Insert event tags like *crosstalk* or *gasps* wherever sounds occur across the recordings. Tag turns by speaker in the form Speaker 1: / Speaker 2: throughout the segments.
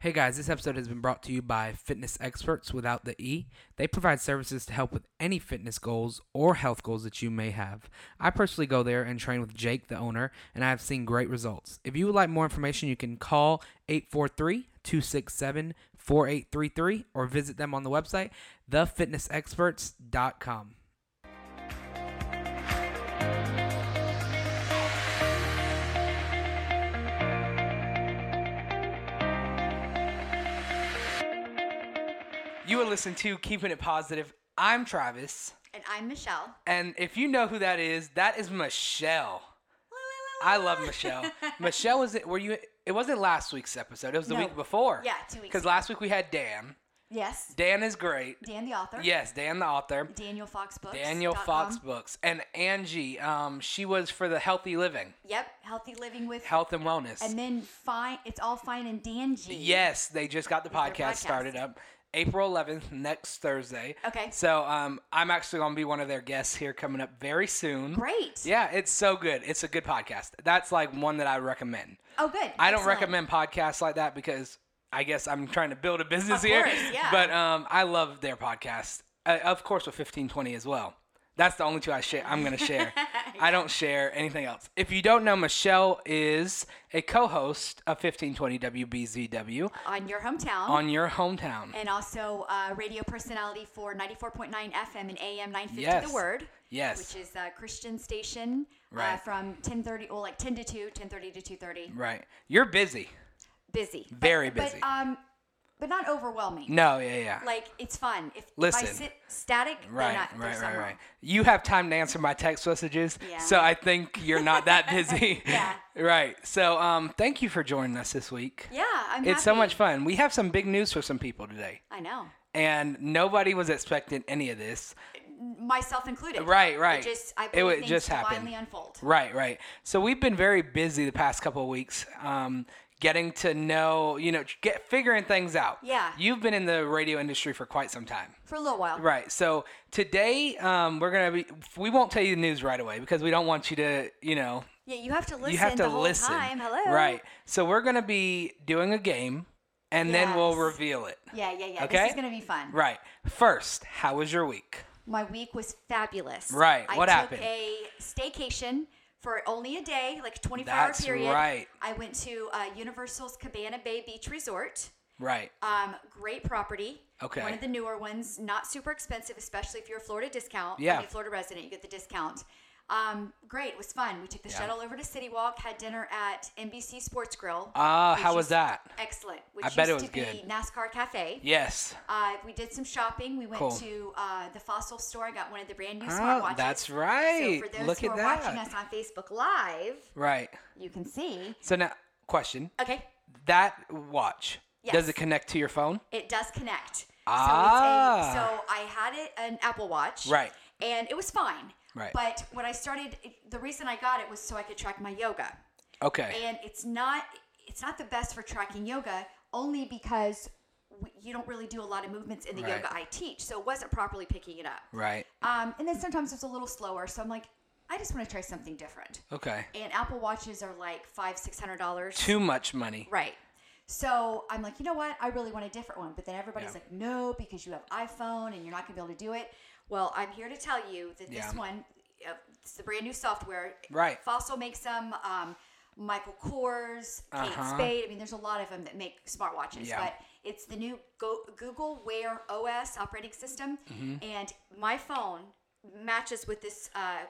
Speaker 1: Hey guys, this episode has been brought to you by Fitness Experts without the E. They provide services to help with any fitness goals or health goals that you may have. I personally go there and train with Jake, the owner, and I have seen great results. If you would like more information, you can call 843 267 4833 or visit them on the website, thefitnessexperts.com. You are listening to Keeping It Positive. I'm Travis,
Speaker 2: And I'm Michelle.
Speaker 1: and if you know who that is, that is Michelle. I love
Speaker 2: *laughs*
Speaker 1: Michelle. Michelle was it? Were you? It wasn't last week's episode. It was the
Speaker 2: No.
Speaker 1: week before.
Speaker 2: Yeah, two weeks
Speaker 1: Because
Speaker 2: ago.
Speaker 1: last week we had Dan.
Speaker 2: Yes.
Speaker 1: Dan is great.
Speaker 2: Dan the author.
Speaker 1: Yes, Dan the author.
Speaker 2: Daniel Fox Books.
Speaker 1: Daniel
Speaker 2: dot
Speaker 1: Fox
Speaker 2: com.
Speaker 1: books and Angie. Um, she was for the healthy living,
Speaker 2: Yep. Healthy Living with.
Speaker 1: health and wellness.
Speaker 2: and then fine. It's all fine and dandy.
Speaker 1: yes, they just got the
Speaker 2: their
Speaker 1: podcast,
Speaker 2: podcast.
Speaker 1: started up. April 11th, next Thursday.
Speaker 2: Okay.
Speaker 1: So um, I'm actually going to be one of their guests here coming up very soon.
Speaker 2: Great.
Speaker 1: Yeah, it's so good. It's a good podcast. That's like one that I recommend.
Speaker 2: Oh, good.
Speaker 1: I don't
Speaker 2: Excellent.
Speaker 1: recommend podcasts like that because I guess I'm trying to build a business
Speaker 2: Of
Speaker 1: here.
Speaker 2: course, yeah.
Speaker 1: But um, I love their podcast. Uh, of course, with 1520 as well. That's the only two I share. I'm
Speaker 2: *laughs*
Speaker 1: going to share. I don't share anything else. If you don't know, Michelle is a co-host of 1520 WBZW
Speaker 2: On your hometown.
Speaker 1: on your hometown.
Speaker 2: and also uh, radio personality for 94.9 FM and AM 950
Speaker 1: Yes.
Speaker 2: The Word.
Speaker 1: Yes.
Speaker 2: Which is a Christian station uh,
Speaker 1: Right.
Speaker 2: from 10.30, well, like 10 to 2, 10.30 to 2.30.
Speaker 1: right. You're busy.
Speaker 2: Busy. But-
Speaker 1: Very busy.
Speaker 2: But, um, but not overwhelming.
Speaker 1: No, yeah, yeah.
Speaker 2: Like, it's fun. If,
Speaker 1: Listen.
Speaker 2: if I sit static, they're
Speaker 1: Right,
Speaker 2: not,
Speaker 1: right,
Speaker 2: there's
Speaker 1: right,
Speaker 2: something
Speaker 1: right.
Speaker 2: wrong.
Speaker 1: You have time to answer my text messages,
Speaker 2: Yeah.
Speaker 1: so I think you're not
Speaker 2: *laughs*
Speaker 1: that busy.
Speaker 2: Yeah.
Speaker 1: Right. So, um, thank you for joining us this week.
Speaker 2: Yeah, I'm
Speaker 1: It's so
Speaker 2: happy.
Speaker 1: much fun. We have some big news for some people today,
Speaker 2: I know.
Speaker 1: and nobody was expecting any of this.
Speaker 2: myself included.
Speaker 1: Right, right.
Speaker 2: It just I
Speaker 1: It
Speaker 2: believe
Speaker 1: would
Speaker 2: things
Speaker 1: just happen.
Speaker 2: divinely unfold.
Speaker 1: Right, right. So we've been very busy the past couple of weeks, um, getting to know, you know, get figuring things out.
Speaker 2: Yeah.
Speaker 1: You've been in the radio industry for quite some time.
Speaker 2: For a little while.
Speaker 1: Right. So today, um, we're gonna be. We won't tell you the news right away because we don't want you to, you know,
Speaker 2: Yeah, you have to listen
Speaker 1: you have to
Speaker 2: the whole
Speaker 1: listen.
Speaker 2: time. Hello.
Speaker 1: Right. So we're gonna be doing a game, and then we'll
Speaker 2: Yes.
Speaker 1: reveal it.
Speaker 2: Yeah, yeah, yeah.
Speaker 1: Okay?
Speaker 2: This is gonna be fun.
Speaker 1: Right. First, how was your week?
Speaker 2: My week was fabulous.
Speaker 1: Right.
Speaker 2: I
Speaker 1: What
Speaker 2: took
Speaker 1: happened?
Speaker 2: A staycation for only a day, like a 24
Speaker 1: That's
Speaker 2: hour period.
Speaker 1: right.
Speaker 2: I went to uh, Universal's Cabana Bay Beach Resort.
Speaker 1: Right.
Speaker 2: Um, great property.
Speaker 1: Okay.
Speaker 2: One of the newer ones, not super expensive, especially if you're a Florida discount.
Speaker 1: Yeah.
Speaker 2: If you're a Florida resident, you get the discount. Um, great. It was fun. We took the shuttle over to City Walk, had dinner at NBC Sports Grill.
Speaker 1: Ah,
Speaker 2: which
Speaker 1: how was
Speaker 2: used-
Speaker 1: that?
Speaker 2: Excellent. Which
Speaker 1: I bet it was
Speaker 2: used to be
Speaker 1: good.
Speaker 2: NASCAR Cafe.
Speaker 1: Yes.
Speaker 2: Uh, we did some shopping. We went
Speaker 1: Cool.
Speaker 2: to uh, the Fossil store. I got one of the brand new
Speaker 1: Oh,
Speaker 2: smartwatches.
Speaker 1: that's
Speaker 2: So
Speaker 1: right.
Speaker 2: for those
Speaker 1: Look
Speaker 2: who
Speaker 1: at
Speaker 2: are
Speaker 1: that.
Speaker 2: watching us on Facebook Live,
Speaker 1: Right.
Speaker 2: you can see.
Speaker 1: So now, question:
Speaker 2: Okay,
Speaker 1: That watch does
Speaker 2: Yes.
Speaker 1: it connect to your phone?
Speaker 2: it does connect.
Speaker 1: Ah.
Speaker 2: So, it's a, so I had it an Apple Watch.
Speaker 1: Right.
Speaker 2: And it was fine.
Speaker 1: Right.
Speaker 2: But when I started, the reason I got it was so I could track my yoga.
Speaker 1: Okay.
Speaker 2: and it's not it's not the best for tracking yoga only because w- you don't really do a lot of movements in the
Speaker 1: Right.
Speaker 2: yoga I teach, so it wasn't properly picking it up.
Speaker 1: right.
Speaker 2: Um, and then sometimes it's a little slower, so I'm like, I just want to try something different.
Speaker 1: Okay.
Speaker 2: And Apple Watches are like five, six hundred dollars,
Speaker 1: Too much money.
Speaker 2: right? So I'm like, you know what? I really want a different one. But then everybody's
Speaker 1: Yeah.
Speaker 2: like, no, because you have iPhone and you're not gonna be able to do it. Well, I'm here to tell you that this
Speaker 1: Yeah.
Speaker 2: one, uh, it's the brand new software.
Speaker 1: Right.
Speaker 2: Fossil makes them. Um, Michael Kors, Kate
Speaker 1: Uh-huh.
Speaker 2: Spade. I mean, there's a lot of them that make smartwatches,
Speaker 1: Yeah.
Speaker 2: but it's the new Go- Google Wear OS operating system,
Speaker 1: Mm-hmm.
Speaker 2: and my phone matches with this uh,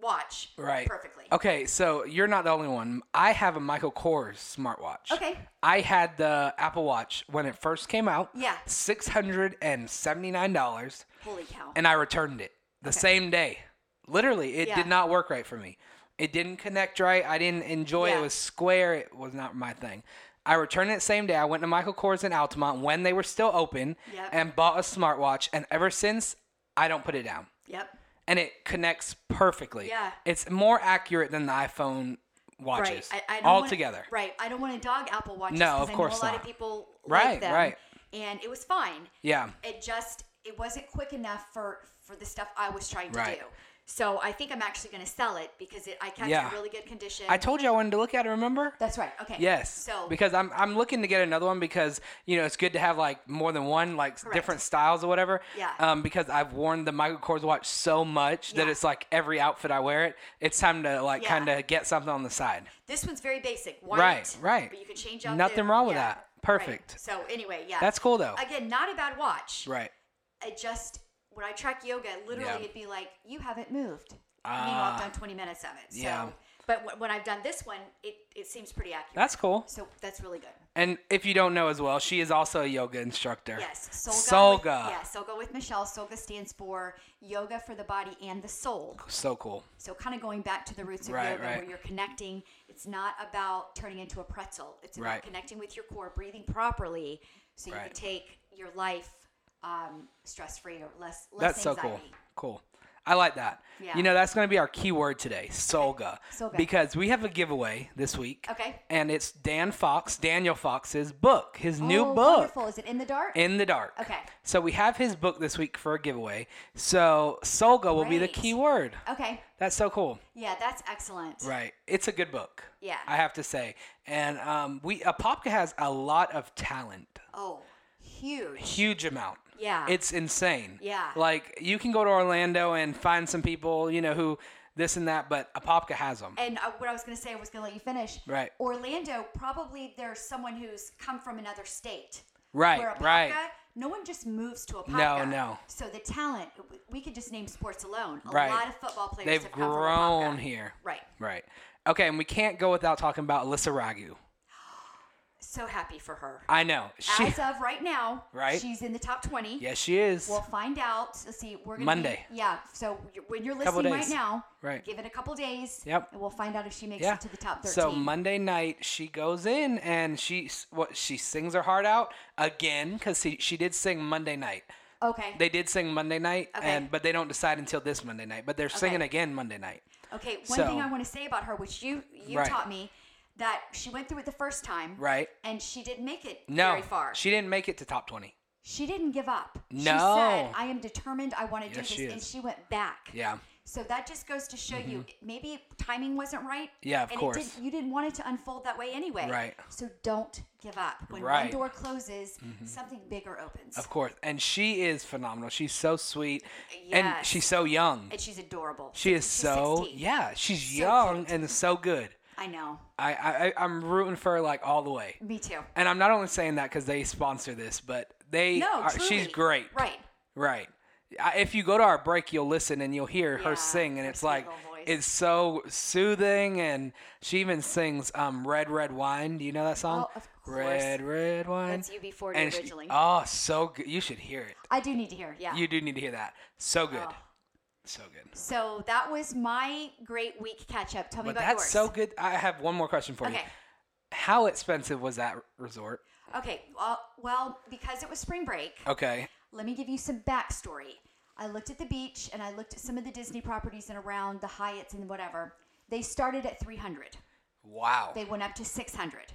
Speaker 2: watch
Speaker 1: Right.
Speaker 2: perfectly.
Speaker 1: Okay, so you're not the only one. I have a Michael Kors smartwatch.
Speaker 2: Okay.
Speaker 1: I had the Apple Watch when it first came out.
Speaker 2: Yeah.
Speaker 1: Six hundred and seventy nine dollars,
Speaker 2: Holy cow!
Speaker 1: and I returned it the same day. Literally, it
Speaker 2: Yeah.
Speaker 1: did not work right for me. It didn't connect right. I didn't enjoy it. It
Speaker 2: Yeah.
Speaker 1: was square. It was not my thing. I returned it same day. I went to Michael Kors in Altamont when they were still open
Speaker 2: Yep.
Speaker 1: and bought a smartwatch. And ever since, I don't put it down.
Speaker 2: yep.
Speaker 1: and it connects perfectly.
Speaker 2: Yeah.
Speaker 1: It's more accurate than the iPhone watches
Speaker 2: Right. I, I don't wanna-
Speaker 1: altogether.
Speaker 2: right. I don't want to dog Apple Watches.
Speaker 1: No,
Speaker 2: 'cause
Speaker 1: of
Speaker 2: I know
Speaker 1: course
Speaker 2: a lot
Speaker 1: not.
Speaker 2: of people
Speaker 1: Right,
Speaker 2: like them,
Speaker 1: right.
Speaker 2: And it was fine.
Speaker 1: Yeah.
Speaker 2: It just it wasn't quick enough for for the stuff I was trying to
Speaker 1: Right.
Speaker 2: do. So I think I'm actually going to sell it because it, I kept it
Speaker 1: Yeah.
Speaker 2: in really good condition.
Speaker 1: I told you I wanted to look at it. Remember?
Speaker 2: That's right. Okay.
Speaker 1: Yes.
Speaker 2: So
Speaker 1: because I'm I'm looking to get another one because you know it's good to have like more than one like
Speaker 2: Correct.
Speaker 1: different styles or whatever.
Speaker 2: Yeah.
Speaker 1: Um, because I've worn the Michael Kors watch so much that
Speaker 2: Yeah.
Speaker 1: it's like every outfit I wear it, it's time to like
Speaker 2: Yeah.
Speaker 1: kind of get something on the side.
Speaker 2: this one's very basic. White,
Speaker 1: Right, right.
Speaker 2: But you can change out.
Speaker 1: Nothing
Speaker 2: the-
Speaker 1: wrong with
Speaker 2: yeah,
Speaker 1: that.
Speaker 2: right.
Speaker 1: Perfect.
Speaker 2: So anyway, yeah.
Speaker 1: That's cool though.
Speaker 2: Again, not a bad watch.
Speaker 1: right.
Speaker 2: I just when I track yoga, literally
Speaker 1: Yeah.
Speaker 2: it'd be like you haven't moved. Meanwhile, I've
Speaker 1: Ah.
Speaker 2: done 20 minutes of it. So,
Speaker 1: Yeah.
Speaker 2: But w- when I've done this one, it, it seems pretty accurate.
Speaker 1: That's cool.
Speaker 2: so that's really good.
Speaker 1: And if you don't know as well, she is also a yoga instructor.
Speaker 2: Yes,
Speaker 1: Solga.
Speaker 2: Solga. With, yeah, Solga with Michelle. Solga stands for yoga for the body and the soul.
Speaker 1: So cool.
Speaker 2: So kind of going back to the roots of
Speaker 1: Right,
Speaker 2: yoga,
Speaker 1: right.
Speaker 2: where you're connecting. It's not about turning into a pretzel. It's about
Speaker 1: Right.
Speaker 2: connecting with your core, breathing properly, so you
Speaker 1: Right.
Speaker 2: can take your life um, stress free or less less
Speaker 1: That's so
Speaker 2: anxiety.
Speaker 1: cool. Cool. I like that.
Speaker 2: Yeah.
Speaker 1: You know, that's going to be our keyword today, Solga.
Speaker 2: Solga.
Speaker 1: Because we have a giveaway this week.
Speaker 2: Okay.
Speaker 1: And it's Dan Fox, Daniel Fox's book, his new
Speaker 2: Oh,
Speaker 1: book,
Speaker 2: Wonderful. Is it in the dark?
Speaker 1: In the Dark.
Speaker 2: Okay.
Speaker 1: So we have his book this week for a giveaway. So Solga will be the
Speaker 2: Great.
Speaker 1: keyword.
Speaker 2: okay.
Speaker 1: That's so cool.
Speaker 2: Yeah, that's excellent.
Speaker 1: Right. It's a good book.
Speaker 2: Yeah.
Speaker 1: I have to say. And um, we Apopka has a lot of talent.
Speaker 2: Oh, huge.
Speaker 1: Huge amount.
Speaker 2: Yeah.
Speaker 1: It's insane.
Speaker 2: Yeah.
Speaker 1: Like you can go to Orlando and find some people, you know, who this and that, but Apopka has them.
Speaker 2: and uh, what I was going to say, I was going to let you finish.
Speaker 1: Right.
Speaker 2: Orlando, probably there's someone who's come from another state.
Speaker 1: Right,
Speaker 2: Where Apopka,
Speaker 1: right.
Speaker 2: No one just moves to Apopka.
Speaker 1: no.
Speaker 2: So the talent, we could just name sports alone. A
Speaker 1: Right.
Speaker 2: lot of football players
Speaker 1: They've
Speaker 2: have come from
Speaker 1: grown
Speaker 2: Apopka.
Speaker 1: here.
Speaker 2: Right.
Speaker 1: Right. Okay, and we can't go without talking about Alyssa Ragu.
Speaker 2: So happy for her.
Speaker 1: I know. Uh, She
Speaker 2: As of right now,
Speaker 1: Right.
Speaker 2: she's in the top 20.
Speaker 1: *laughs* Yes, she is.
Speaker 2: We'll find out. Let's see. We're gonna
Speaker 1: Monday.
Speaker 2: Be, yeah. So you're- when you're
Speaker 1: Couple
Speaker 2: listening right
Speaker 1: days.
Speaker 2: now,
Speaker 1: Right.
Speaker 2: Give it a couple days.
Speaker 1: Yep.
Speaker 2: And we'll find out if she makes
Speaker 1: yeah.
Speaker 2: it to the top thirteen.
Speaker 1: So Monday night she goes in and she s- what she sings her heart out again cuz she, she did sing Monday night.
Speaker 2: okay.
Speaker 1: They did sing Monday night
Speaker 2: Okay.
Speaker 1: and but they don't decide until this Monday night, but they're singing again Monday night.
Speaker 2: okay. One
Speaker 1: so-
Speaker 2: thing I want to say about her, which you you
Speaker 1: Right.
Speaker 2: taught me, that she went through it the first time.
Speaker 1: Right?
Speaker 2: And she didn't make it
Speaker 1: No.
Speaker 2: very far. She,
Speaker 1: She didn't make it to top 20.
Speaker 2: didn't give up. She
Speaker 1: No.
Speaker 2: said, "I am determined. I want to
Speaker 1: Yes,
Speaker 2: do
Speaker 1: she
Speaker 2: this," and
Speaker 1: is.
Speaker 2: she went back.
Speaker 1: Yeah. Mm-hmm.
Speaker 2: So that just goes to show you maybe timing wasn't right.
Speaker 1: Yeah, of
Speaker 2: and
Speaker 1: course.
Speaker 2: It didn't, you didn't want it to unfold that way anyway.
Speaker 1: Right.
Speaker 2: So don't give up. When
Speaker 1: Right. Mm-hmm.
Speaker 2: one door closes, something bigger opens.
Speaker 1: Of course. And she is phenomenal. She's so sweet and
Speaker 2: Yes.
Speaker 1: she's so young.
Speaker 2: and she's adorable.
Speaker 1: She is
Speaker 2: She's
Speaker 1: so
Speaker 2: 16.
Speaker 1: yeah, she's
Speaker 2: So
Speaker 1: young
Speaker 2: cute.
Speaker 1: and so good.
Speaker 2: I know.
Speaker 1: I, I I- I'm rooting for her like all the way.
Speaker 2: Me too.
Speaker 1: And I'm not only saying that because they sponsor this, but they
Speaker 2: No,
Speaker 1: are,
Speaker 2: truly.
Speaker 1: she's great.
Speaker 2: Right.
Speaker 1: Right. I, if you go to our break, you'll listen and you'll hear
Speaker 2: Yeah,
Speaker 1: her sing, and
Speaker 2: her
Speaker 1: it's like
Speaker 2: sweet little voice.
Speaker 1: it's so soothing. And she even sings um, "Red Red Wine." Do you know that song?
Speaker 2: Oh, of course.
Speaker 1: Red Red Wine.
Speaker 2: That's UB40
Speaker 1: And she-
Speaker 2: originally.
Speaker 1: oh, so good. You should hear it.
Speaker 2: I do need to hear. Yeah.
Speaker 1: You do need to hear that. So good.
Speaker 2: Oh.
Speaker 1: So good.
Speaker 2: so that was my great week catch up. Tell me
Speaker 1: But
Speaker 2: about
Speaker 1: that's
Speaker 2: yours.
Speaker 1: so good. I have one more question for you.
Speaker 2: Okay.
Speaker 1: How expensive was that resort?
Speaker 2: Okay. Well, well, because it was spring break,
Speaker 1: Okay.
Speaker 2: let me give you some backstory. I looked at the beach and I looked at some of the Disney properties and around the Hyatts and whatever. They started at 300.
Speaker 1: Wow.
Speaker 2: They went up to 600.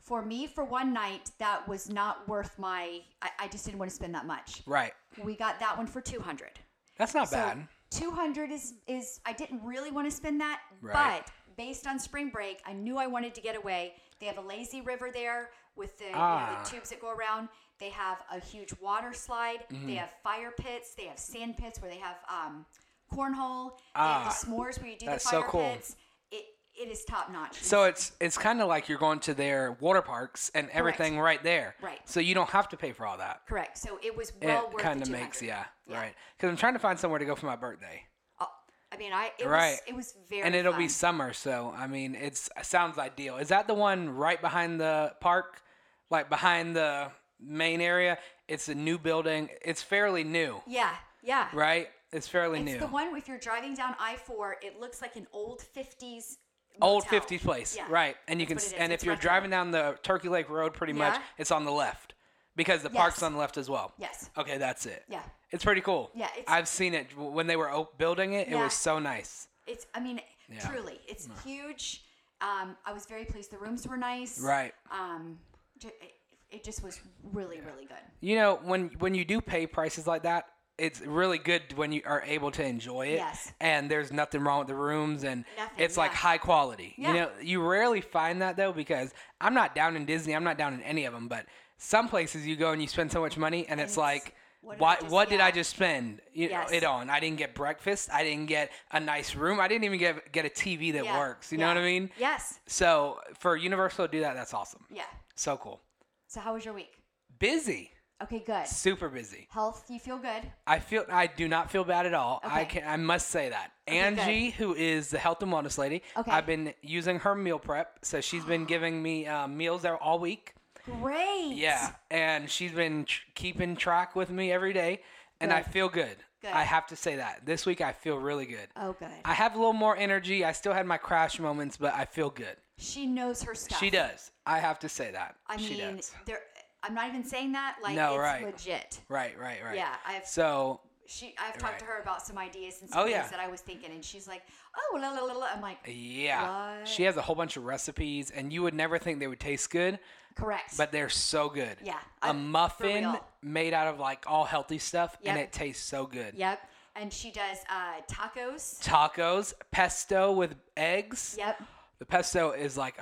Speaker 2: For me, for one night, that was not worth my. I, I just didn't want to spend that much.
Speaker 1: right.
Speaker 2: We got that one for 200.
Speaker 1: That's not
Speaker 2: So
Speaker 1: bad.
Speaker 2: 200 is is I didn't really want to spend that,
Speaker 1: Right.
Speaker 2: but based on spring break, I knew I wanted to get away. They have a lazy river there with the, you know,
Speaker 1: Ah.
Speaker 2: the tubes that go around. They have a huge water slide.
Speaker 1: Mm-hmm.
Speaker 2: They have fire pits. They have sand pits where they have um, cornhole. They have
Speaker 1: Ah.
Speaker 2: the s'mores where you do
Speaker 1: That's
Speaker 2: the
Speaker 1: so
Speaker 2: fire
Speaker 1: cool.
Speaker 2: pits. It it is top notch.
Speaker 1: So it's it's kind of like you're going to their water parks and everything right there.
Speaker 2: Right.
Speaker 1: So you don't have to pay for all that.
Speaker 2: correct. So it was well
Speaker 1: it
Speaker 2: worth.
Speaker 1: kind
Speaker 2: the
Speaker 1: of
Speaker 2: 200.
Speaker 1: makes yeah, right. Because I'm trying to find somewhere to go for my birthday,
Speaker 2: Uh, I mean, I it
Speaker 1: Right.
Speaker 2: was it was very
Speaker 1: and it'll be
Speaker 2: fun.
Speaker 1: summer, so I mean it's it sounds ideal. Is that the one right behind the park, like behind the main area? It's a new building. It's fairly new,
Speaker 2: yeah yeah
Speaker 1: right? It's fairly
Speaker 2: It's
Speaker 1: new.
Speaker 2: the one if you're driving down I four, it looks like an old fifties.
Speaker 1: Old 50s place,
Speaker 2: Yeah.
Speaker 1: right? And you
Speaker 2: That's
Speaker 1: can, s-
Speaker 2: what it is.
Speaker 1: and
Speaker 2: It's
Speaker 1: if you're
Speaker 2: restaurant.
Speaker 1: driving down the Turkey Lake Road, pretty much,
Speaker 2: Yeah.
Speaker 1: it's on the left because the park's
Speaker 2: Yes.
Speaker 1: on the left as well.
Speaker 2: Yes.
Speaker 1: Okay, that's it.
Speaker 2: Yeah.
Speaker 1: It's pretty cool.
Speaker 2: Yeah, it's-
Speaker 1: I've seen it w- when they were op- building it. It
Speaker 2: Yeah.
Speaker 1: was so nice.
Speaker 2: It's I mean
Speaker 1: Yeah.
Speaker 2: truly, it's huge. Um, I was very pleased. The rooms were nice.
Speaker 1: Right.
Speaker 2: Um, ju- it, it just was really really good.
Speaker 1: You know, when when you do pay prices like that, it's really good when you are able to enjoy it.
Speaker 2: Yes.
Speaker 1: And there's nothing wrong with the rooms, and
Speaker 2: Nothing,
Speaker 1: it's like
Speaker 2: yeah.
Speaker 1: high quality.
Speaker 2: Yeah.
Speaker 1: You know, you rarely find that though because I'm not down in Disney. I'm not down in any of them, but some places you go and you spend so much money, and it's
Speaker 2: it's,
Speaker 1: like.
Speaker 2: what
Speaker 1: What,
Speaker 2: did I just-
Speaker 1: what did
Speaker 2: yeah.
Speaker 1: I just spend you know,
Speaker 2: Yes.
Speaker 1: it on? I didn't get breakfast. I didn't get a nice room. I didn't even get get a TV that
Speaker 2: Yeah,
Speaker 1: works. You
Speaker 2: yeah.
Speaker 1: know what I mean?
Speaker 2: Yes.
Speaker 1: So for Universal to do that, that's awesome.
Speaker 2: Yeah.
Speaker 1: So cool.
Speaker 2: So how was your week?
Speaker 1: Busy,
Speaker 2: Okay, good.
Speaker 1: super busy.
Speaker 2: Health, you feel good?
Speaker 1: I feel I do not feel bad at all. I
Speaker 2: Okay.
Speaker 1: can I must say that.
Speaker 2: good.
Speaker 1: Angie, who is the health and wellness lady,
Speaker 2: Okay.
Speaker 1: I've been using her meal prep, so she's
Speaker 2: *gasps*
Speaker 1: been giving me uh, meals there all week.
Speaker 2: Great.
Speaker 1: Yeah, and she's been tr- keeping track with me every day, and I
Speaker 2: Good.
Speaker 1: feel good.
Speaker 2: Good.
Speaker 1: I have to say that this week I feel really good.
Speaker 2: Oh, good.
Speaker 1: I have a little more energy. I still had my crash moments, but I feel good.
Speaker 2: she knows her stuff.
Speaker 1: She does. I have to say that.
Speaker 2: I
Speaker 1: she
Speaker 2: mean,
Speaker 1: does.
Speaker 2: there. I'm not even saying that. Like,
Speaker 1: No,
Speaker 2: it's
Speaker 1: right.
Speaker 2: legit.
Speaker 1: Right, right, right.
Speaker 2: Yeah, I've-
Speaker 1: so
Speaker 2: She, I've talked to
Speaker 1: Right.
Speaker 2: her about some ideas and some
Speaker 1: Oh,
Speaker 2: things
Speaker 1: yeah.
Speaker 2: that I was thinking, and she's like, "Oh, la la la la." I'm like,
Speaker 1: yeah,
Speaker 2: What?
Speaker 1: she has a whole bunch of recipes, and you would never think they would taste good,
Speaker 2: "Correct."
Speaker 1: but they're so good.
Speaker 2: Yeah,
Speaker 1: A
Speaker 2: I- for
Speaker 1: muffin
Speaker 2: real.
Speaker 1: made out of like all healthy stuff, and
Speaker 2: Yep.
Speaker 1: it tastes so good.
Speaker 2: yep. And she does uh, tacos.
Speaker 1: Tacos, pesto with eggs.
Speaker 2: Yep.
Speaker 1: The pesto is like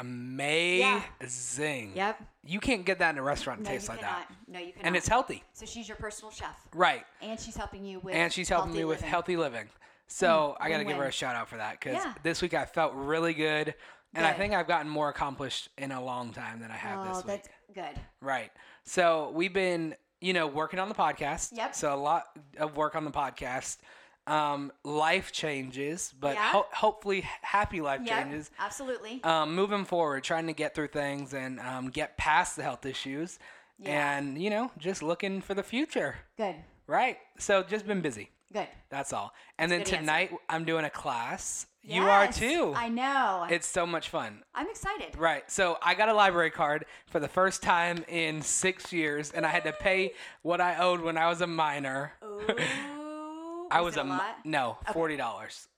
Speaker 1: amazing.
Speaker 2: Yep.
Speaker 1: You can't get that in a restaurant that
Speaker 2: No,
Speaker 1: tastes
Speaker 2: you
Speaker 1: like
Speaker 2: cannot.
Speaker 1: that.
Speaker 2: No, you cannot.
Speaker 1: And it's healthy.
Speaker 2: So she's your personal chef,
Speaker 1: Right.
Speaker 2: and she's helping you with.
Speaker 1: and she's helping
Speaker 2: healthy
Speaker 1: me with
Speaker 2: living.
Speaker 1: healthy living. So I got to give her
Speaker 2: win-win.
Speaker 1: a shout out for that because
Speaker 2: Yeah.
Speaker 1: this week I felt really good, and I
Speaker 2: Good.
Speaker 1: think I've gotten more accomplished in a long time than I have
Speaker 2: Oh,
Speaker 1: this week.
Speaker 2: that's good.
Speaker 1: Right. So we've been, you know, working on the podcast.
Speaker 2: Yep.
Speaker 1: So a lot of work on the podcast. Um, life changes, but
Speaker 2: Yeah.
Speaker 1: ho- hopefully happy life
Speaker 2: Yep.
Speaker 1: changes.
Speaker 2: Absolutely.
Speaker 1: Um, moving forward, trying to get through things and um, get past the health issues,
Speaker 2: Yeah.
Speaker 1: and you know, just looking for the future.
Speaker 2: good.
Speaker 1: Right. So just been busy.
Speaker 2: Good.
Speaker 1: That's all. And then
Speaker 2: a good answer.
Speaker 1: tonight I'm doing a class. You are
Speaker 2: Yes,
Speaker 1: too.
Speaker 2: I know.
Speaker 1: it's so much fun.
Speaker 2: I'm excited.
Speaker 1: Right. So I got a library card for the first time in six years, and I had to pay what I owed when I was a minor. *laughs*
Speaker 2: Ooh,
Speaker 1: I was
Speaker 2: it
Speaker 1: a mi-
Speaker 2: lot?
Speaker 1: no forty dollars,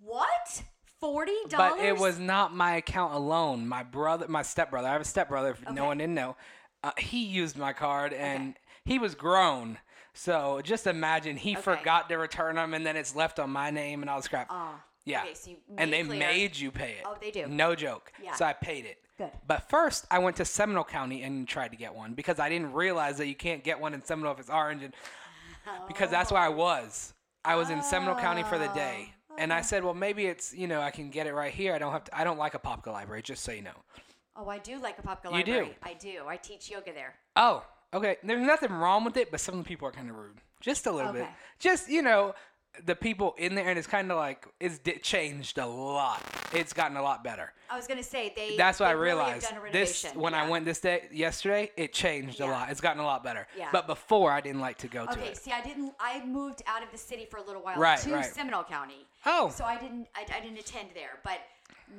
Speaker 2: What? Forty dollars?
Speaker 1: but it was not my account alone. My brother, my stepbrother, I have a stepbrother. If no
Speaker 2: Okay.
Speaker 1: one didn't know, uh, he used my card, and he was grown. So just imagine he forgot to return them, and then it's left on my name and all this crap.
Speaker 2: Oh,
Speaker 1: Yeah.
Speaker 2: okay, so you
Speaker 1: and
Speaker 2: made
Speaker 1: they
Speaker 2: it clear.
Speaker 1: made you pay it.
Speaker 2: Oh, they do.
Speaker 1: No joke.
Speaker 2: Yeah.
Speaker 1: So I paid it.
Speaker 2: Good.
Speaker 1: But first, I went to Seminole County and tried to get one because I didn't realize that you can't get one in Seminole if it's orange.
Speaker 2: *laughs*
Speaker 1: And because that's where I was. I was in Seminole County for the day.
Speaker 2: Ah,
Speaker 1: And I said, well, maybe it's, you know, I can get it right here. I don't have to, I don't like a Popka library, just so you know.
Speaker 2: Oh, I do like a popka
Speaker 1: You do.
Speaker 2: library. I do. I teach yoga there.
Speaker 1: Oh, okay. There's nothing wrong with it, but some of the people are kind of rude. Just a little bit.
Speaker 2: Okay.
Speaker 1: Just, you know, the people in there, and it's kind of like, it's di changed a lot. It's gotten a lot better.
Speaker 2: I was gonna say they.
Speaker 1: *laughs* That's what
Speaker 2: they
Speaker 1: I
Speaker 2: really have
Speaker 1: realized.
Speaker 2: done a
Speaker 1: this
Speaker 2: renovation.
Speaker 1: when I
Speaker 2: Yeah.
Speaker 1: went this day yesterday, it changed
Speaker 2: Yeah.
Speaker 1: a lot. It's gotten a lot better.
Speaker 2: Yeah.
Speaker 1: But before, I didn't like to go to
Speaker 2: Okay,
Speaker 1: it.
Speaker 2: see, I didn't. I moved out of the city for a little while
Speaker 1: Right,
Speaker 2: to
Speaker 1: right.
Speaker 2: Seminole County.
Speaker 1: Oh.
Speaker 2: So I didn't. I, I didn't attend there, but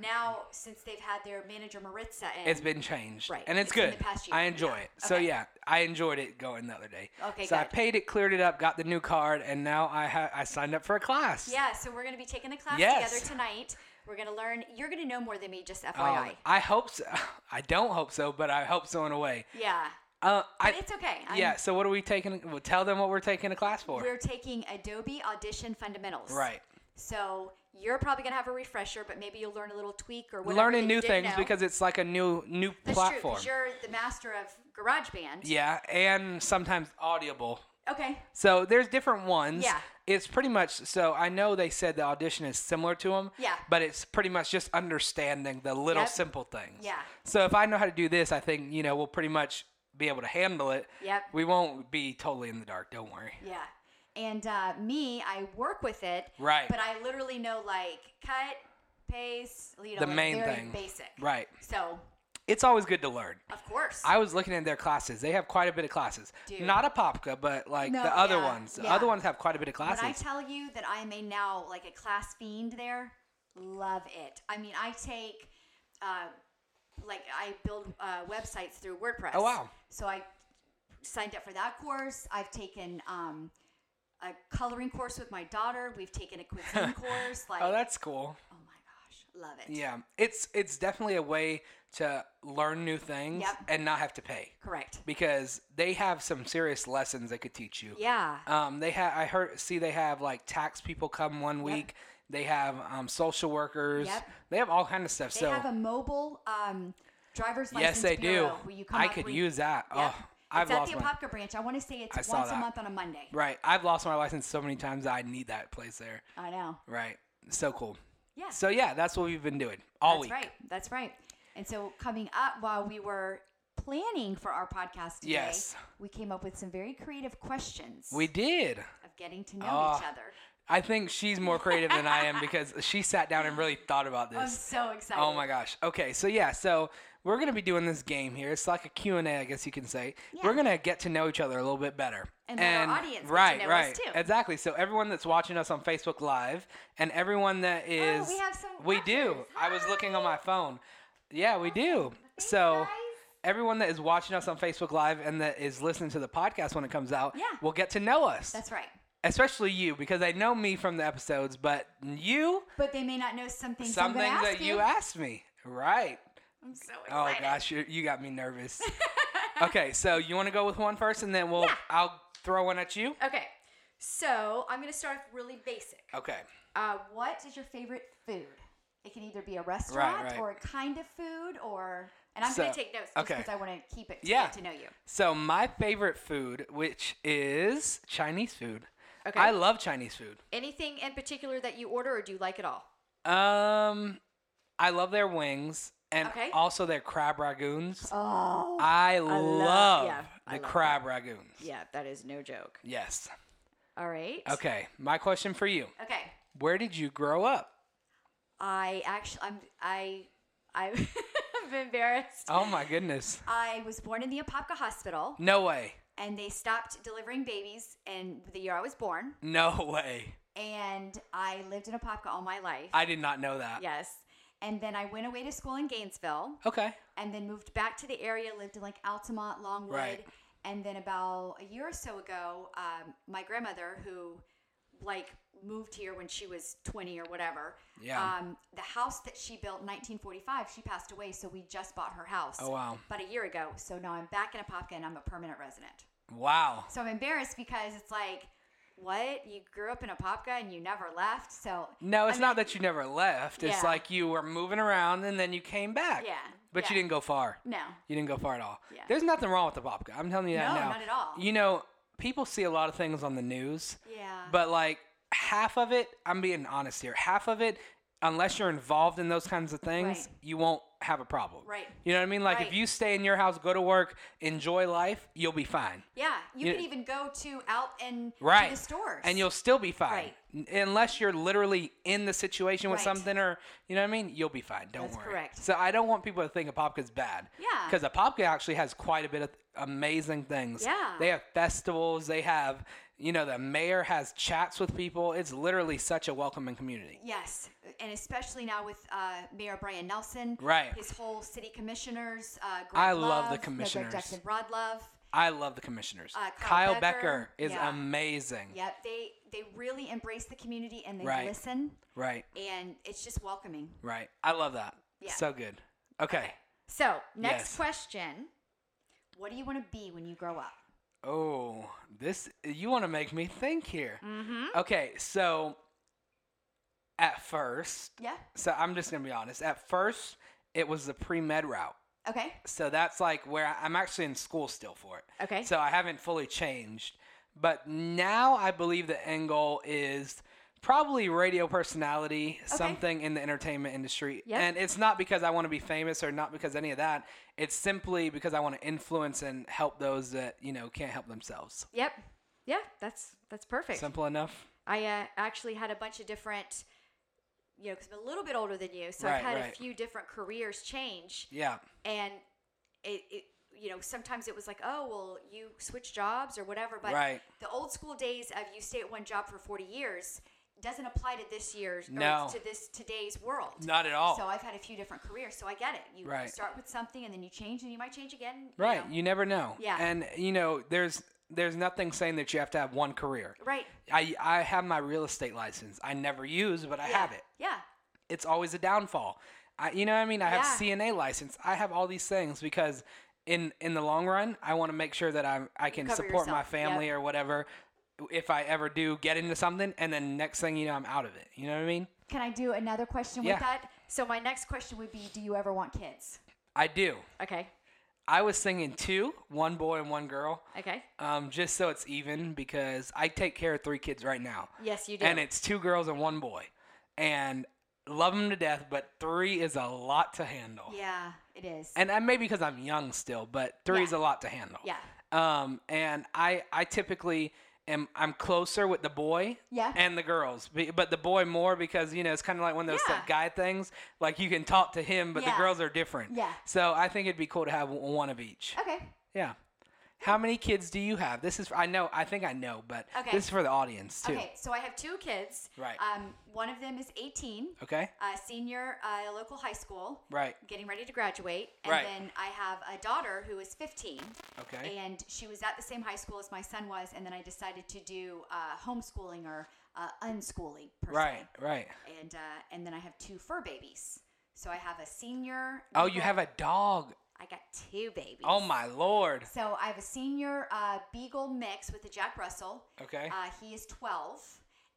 Speaker 2: now since they've had their manager Maritza, in,
Speaker 1: It's been changed,
Speaker 2: Right.
Speaker 1: and it's,
Speaker 2: It's been
Speaker 1: good.
Speaker 2: the past year.
Speaker 1: I enjoy
Speaker 2: Yeah.
Speaker 1: it. So
Speaker 2: Okay.
Speaker 1: yeah, I enjoyed it going the other day.
Speaker 2: Okay,
Speaker 1: So I
Speaker 2: good.
Speaker 1: paid it, cleared it up, got the new card, and now I ha- I signed up for a class.
Speaker 2: yeah. So we're gonna be taking a class
Speaker 1: Yes.
Speaker 2: together tonight. We're gonna learn. You're gonna know more than me, just
Speaker 1: Um,
Speaker 2: FYI.
Speaker 1: I hope so. *laughs* I don't hope so, but I hope so in a way.
Speaker 2: yeah.
Speaker 1: Uh, I,
Speaker 2: But it's okay. I'm-
Speaker 1: yeah. So what are we taking? Well, tell them what we're taking a class for.
Speaker 2: We're taking Adobe Audition Fundamentals.
Speaker 1: right.
Speaker 2: So you're probably gonna have a refresher, but maybe you'll learn a little tweak or whatever.
Speaker 1: Learning
Speaker 2: that
Speaker 1: new
Speaker 2: you didn't
Speaker 1: things
Speaker 2: know.
Speaker 1: because it's like a new new
Speaker 2: That's true, 'cause
Speaker 1: platform.
Speaker 2: you're the master of GarageBand.
Speaker 1: Yeah, and sometimes Audible.
Speaker 2: Okay.
Speaker 1: So there's different ones.
Speaker 2: Yeah.
Speaker 1: It's pretty much so I know they said the audition is similar to them.
Speaker 2: Yeah.
Speaker 1: But it's pretty much just understanding the little
Speaker 2: Yep.
Speaker 1: simple things.
Speaker 2: Yeah.
Speaker 1: So if I know how to do this, I think you know we'll pretty much be able to handle it.
Speaker 2: Yep.
Speaker 1: We won't be totally in the dark. Don't worry.
Speaker 2: Yeah. And uh, me, I work with it.
Speaker 1: Right.
Speaker 2: But I literally know like cut, paste, you know,
Speaker 1: The
Speaker 2: like,
Speaker 1: main
Speaker 2: very
Speaker 1: thing.
Speaker 2: basic.
Speaker 1: Right.
Speaker 2: So
Speaker 1: It's always good to learn.
Speaker 2: of course.
Speaker 1: I was looking at their classes. They have quite a bit of classes.
Speaker 2: Dude.
Speaker 1: Not a popka, but like
Speaker 2: No,
Speaker 1: the other
Speaker 2: yeah,
Speaker 1: ones. The
Speaker 2: yeah.
Speaker 1: other ones have quite a bit of
Speaker 2: when
Speaker 1: classes.
Speaker 2: I tell you that I am a now like a class fiend there, love it. I mean, I take, uh, like I build uh, websites through WordPress.
Speaker 1: Oh, wow.
Speaker 2: So I signed up for that course. I've taken um,
Speaker 1: *laughs*
Speaker 2: a coloring course with my daughter. We've taken a cuisine course. Like,
Speaker 1: oh, that's cool.
Speaker 2: oh my gosh, Love it.
Speaker 1: Oh, Yeah, it's it's definitely a way to learn new things
Speaker 2: Yep.
Speaker 1: and not have to pay
Speaker 2: Correct.
Speaker 1: because they have some serious lessons they could teach you.
Speaker 2: Yeah.
Speaker 1: Um, they have I heard see they have like tax people come one week. They have um, social workers.
Speaker 2: Yep.
Speaker 1: They have all kind of stuff.
Speaker 2: They
Speaker 1: so
Speaker 2: have a mobile um, driver's license
Speaker 1: yes, they do.
Speaker 2: bureau where you come
Speaker 1: I
Speaker 2: up
Speaker 1: could
Speaker 2: with-
Speaker 1: use that.
Speaker 2: Yep.
Speaker 1: Oh, I've
Speaker 2: it's at
Speaker 1: lost
Speaker 2: the
Speaker 1: my
Speaker 2: Apopka branch. I want to say
Speaker 1: I
Speaker 2: it's
Speaker 1: saw
Speaker 2: once a
Speaker 1: that.
Speaker 2: month on a Monday.
Speaker 1: right. I've lost my license so many times. I need that place there.
Speaker 2: I know.
Speaker 1: Right. So cool.
Speaker 2: Yeah.
Speaker 1: So yeah, that's what we've been doing all
Speaker 2: That's
Speaker 1: week.
Speaker 2: right. That's right. And so coming up while we were planning for our podcast today,
Speaker 1: Yes.
Speaker 2: we came up with some very creative questions
Speaker 1: We did.
Speaker 2: of getting to know
Speaker 1: Oh,
Speaker 2: each other.
Speaker 1: I think she's more creative than I am
Speaker 2: *laughs*
Speaker 1: because she sat down and really thought about
Speaker 2: I'm
Speaker 1: this.
Speaker 2: so excited.
Speaker 1: Oh my gosh. Okay, so yeah, so we're going to be doing this game here. It's like a Q&A, I guess you can say. We're
Speaker 2: Yeah.
Speaker 1: going to get to know each other a little bit better.
Speaker 2: And let our audience get to
Speaker 1: right,
Speaker 2: know us
Speaker 1: right.
Speaker 2: too.
Speaker 1: Exactly. So everyone that's watching us on Facebook live and everyone that is
Speaker 2: Oh, we have some
Speaker 1: We do.
Speaker 2: watchers.
Speaker 1: I was looking on my phone. Yeah, we do. so everyone that is watching us on Facebook live and that is listening to the podcast when it comes out
Speaker 2: Yeah.
Speaker 1: will get to know us
Speaker 2: That's right.
Speaker 1: especially you because I know me from the episodes, but you
Speaker 2: But they may not know some things.
Speaker 1: some
Speaker 2: I'm gonna
Speaker 1: things
Speaker 2: ask
Speaker 1: that you asked me, right?
Speaker 2: I'm so
Speaker 1: Oh
Speaker 2: excited.
Speaker 1: gosh, you you got me
Speaker 2: *laughs*
Speaker 1: nervous. okay, so you want to go with one first, and then we'll
Speaker 2: Yeah.
Speaker 1: I'll throw one at you.
Speaker 2: Okay. So I'm gonna start with really basic.
Speaker 1: Okay,
Speaker 2: Uh, what is your favorite food? It can either be a restaurant
Speaker 1: right.
Speaker 2: or a kind of food, or and I'm gonna
Speaker 1: So,
Speaker 2: take notes
Speaker 1: okay.
Speaker 2: because I want to keep it to
Speaker 1: Yeah.
Speaker 2: get to know you.
Speaker 1: so my favorite food, which is Chinese food.
Speaker 2: Okay.
Speaker 1: I love Chinese food.
Speaker 2: Anything in particular that you order, or do you like it all?
Speaker 1: Um, I love their wings and
Speaker 2: Okay.
Speaker 1: also their crab ragoons.
Speaker 2: Oh,
Speaker 1: I, love,
Speaker 2: love- yeah, I
Speaker 1: the
Speaker 2: love
Speaker 1: crab ragoons.
Speaker 2: yeah, that is no joke.
Speaker 1: Yes.
Speaker 2: All right.
Speaker 1: Okay, my question for you.
Speaker 2: Okay.
Speaker 1: Where did you grow up?
Speaker 2: I actually, I'm, I, I, *laughs* I'm embarrassed.
Speaker 1: Oh my goodness.
Speaker 2: I was born in the Apopka Hospital,
Speaker 1: No way.
Speaker 2: and they stopped delivering babies in the year I was born,
Speaker 1: No way.
Speaker 2: and I lived in Apopka all my life.
Speaker 1: I did not know that.
Speaker 2: yes. And then I went away to school in Gainesville.
Speaker 1: Okay.
Speaker 2: and then moved back to the area, lived in like Altamont, Longwood.
Speaker 1: Right.
Speaker 2: And then about a year or so ago, um, my grandmother, who like moved here when she was 20 or whatever,
Speaker 1: Yeah.
Speaker 2: um, the house that she built in 1945, she passed away. So we just bought her house
Speaker 1: Oh wow.
Speaker 2: about a year ago. So now I'm back in Apopka and I'm a permanent resident.
Speaker 1: Wow.
Speaker 2: So I'm embarrassed because it's like, what? You grew up in Apopka and you never left. So
Speaker 1: No, it's
Speaker 2: mean-
Speaker 1: not that you never left. It's
Speaker 2: Yeah.
Speaker 1: like you were moving around and then you came back.
Speaker 2: yeah.
Speaker 1: But you
Speaker 2: yeah.
Speaker 1: didn't go far.
Speaker 2: No.
Speaker 1: You didn't go far at all.
Speaker 2: Yeah.
Speaker 1: There's nothing wrong with the popka. I'm telling you that
Speaker 2: No,
Speaker 1: now.
Speaker 2: not at all.
Speaker 1: You know, people see a lot of things on the news,
Speaker 2: Yeah.
Speaker 1: but like half of it, I'm being honest here, half of it, unless you're involved in those kinds of things,
Speaker 2: Right.
Speaker 1: you won't have a problem.
Speaker 2: Right.
Speaker 1: You know what I mean? Like if
Speaker 2: Right.
Speaker 1: you stay in your house, go to work, enjoy life, you'll be fine.
Speaker 2: Yeah, you
Speaker 1: You-
Speaker 2: can even go to out and
Speaker 1: Right.
Speaker 2: to the stores,
Speaker 1: And you'll still be fine.
Speaker 2: Right.
Speaker 1: N- Unless you're literally in the situation with
Speaker 2: Right.
Speaker 1: something or, you know what I mean? You'll be fine. Don't
Speaker 2: That's
Speaker 1: worry.
Speaker 2: correct.
Speaker 1: So I don't want people to think Apopka's bad.
Speaker 2: Yeah.
Speaker 1: Because Apopka actually has quite a bit of amazing things.
Speaker 2: Yeah.
Speaker 1: They have festivals. They have, you know, the mayor has chats with people. It's literally such a welcoming community.
Speaker 2: yes, and especially now with uh, Mayor Brian Nelson,
Speaker 1: Right.
Speaker 2: His whole city commissioners. Uh, Greg
Speaker 1: I love the
Speaker 2: no, Greg
Speaker 1: commissioners.
Speaker 2: Jackson Rod Love.
Speaker 1: I love the commissioners. Kyle,
Speaker 2: Uh, Kyle
Speaker 1: Becker,
Speaker 2: Becker.
Speaker 1: is
Speaker 2: Yeah.
Speaker 1: amazing.
Speaker 2: Yep, they they really embrace the community and they
Speaker 1: Right.
Speaker 2: listen,
Speaker 1: Right,
Speaker 2: and it's just welcoming.
Speaker 1: right. I love that.
Speaker 2: Yeah.
Speaker 1: So good. Okay.
Speaker 2: So next
Speaker 1: Yes.
Speaker 2: question: What do you want to be when you grow up?
Speaker 1: Oh, this you want to make me think here.
Speaker 2: Mm-hmm.
Speaker 1: Okay, so at first,
Speaker 2: Yeah.
Speaker 1: so I'm just gonna be honest. At first, it was the pre med route.
Speaker 2: Okay.
Speaker 1: So that's like where I- I'm actually in school still for it.
Speaker 2: Okay.
Speaker 1: So I haven't fully changed. But now I believe the end goal is probably radio personality, something in the entertainment industry.
Speaker 2: Yep.
Speaker 1: And it's not because I want to be famous or not because any of that. It's simply because I want to influence and help those that, you know, can't help themselves.
Speaker 2: Yep. Yeah, that's that's perfect.
Speaker 1: Simple enough.
Speaker 2: I uh, actually had a bunch of different, you know, because I'm a little bit older than you, so
Speaker 1: Right,
Speaker 2: I've had
Speaker 1: right.
Speaker 2: a few different careers change,
Speaker 1: Yeah.
Speaker 2: and it, it, you know, sometimes it was like, oh, well, you switch jobs or whatever. But
Speaker 1: Right.
Speaker 2: the old school days of you stay at one job for 40 years doesn't apply to this year's
Speaker 1: No.
Speaker 2: or to this today's world.
Speaker 1: Not at all.
Speaker 2: So I've had a few different careers, so I get it. You you
Speaker 1: Right.
Speaker 2: start with something, and then you change, and you might change again. you
Speaker 1: right.
Speaker 2: know.
Speaker 1: You never know.
Speaker 2: Yeah.
Speaker 1: And you know, there's there's nothing saying that you have to have one career.
Speaker 2: right.
Speaker 1: I I have my real estate license. I never use, but I
Speaker 2: yeah.
Speaker 1: have it.
Speaker 2: Yeah.
Speaker 1: it's always a downfall. I, you know what I mean? I have
Speaker 2: Yeah.
Speaker 1: CNA license. I have all these things because in in the long run, I want to make sure that I I can
Speaker 2: cover
Speaker 1: support my
Speaker 2: yourself. Yep.
Speaker 1: family or whatever if I ever do get into something and then next thing you know I'm out of it. You know what I mean?
Speaker 2: Can I do another question
Speaker 1: Yeah.
Speaker 2: with that? So my next question would be, do you ever want kids?
Speaker 1: I do.
Speaker 2: Okay.
Speaker 1: I was singing two, one boy and one girl,
Speaker 2: Okay.
Speaker 1: um, just so it's even because I take care of three kids right now.
Speaker 2: Yes, you do.
Speaker 1: and it's two girls and one boy, and love them to death, but three is a lot to handle.
Speaker 2: yeah, it is.
Speaker 1: And that may be because I'm young still, but three
Speaker 2: Yeah.
Speaker 1: is a lot to handle.
Speaker 2: yeah.
Speaker 1: Um, and I I typically am I'm closer with the boy
Speaker 2: Yeah.
Speaker 1: and the girls, be- but the boy more because you know it's kind of like one of those like,
Speaker 2: Yeah.
Speaker 1: guy things. Like you can talk to him, but the
Speaker 2: Yeah.
Speaker 1: girls are different.
Speaker 2: Yeah.
Speaker 1: So I think it'd be cool to have w- one of each.
Speaker 2: okay.
Speaker 1: Yeah. How many kids do you have? This is I know I think I know, but
Speaker 2: Okay.
Speaker 1: this is for the audience too.
Speaker 2: Okay. So I have two kids.
Speaker 1: Right.
Speaker 2: Um, one of them is 18,
Speaker 1: Okay?
Speaker 2: uh, senior, uh, local high school,
Speaker 1: Right.
Speaker 2: getting ready to graduate, and
Speaker 1: Right.
Speaker 2: then I have a daughter who is 15.
Speaker 1: Okay.
Speaker 2: and she was at the same high school as my son was and then i decided to do uh, homeschooling or uh, unschooling per se.
Speaker 1: Right, right.
Speaker 2: and uh, and then i have two fur babies so i have a senior
Speaker 1: Oh, you have a dog.
Speaker 2: i got two babies
Speaker 1: Oh my lord.
Speaker 2: so i have a senior uh, beagle mix with a jack russell
Speaker 1: Okay.
Speaker 2: uh, he is 12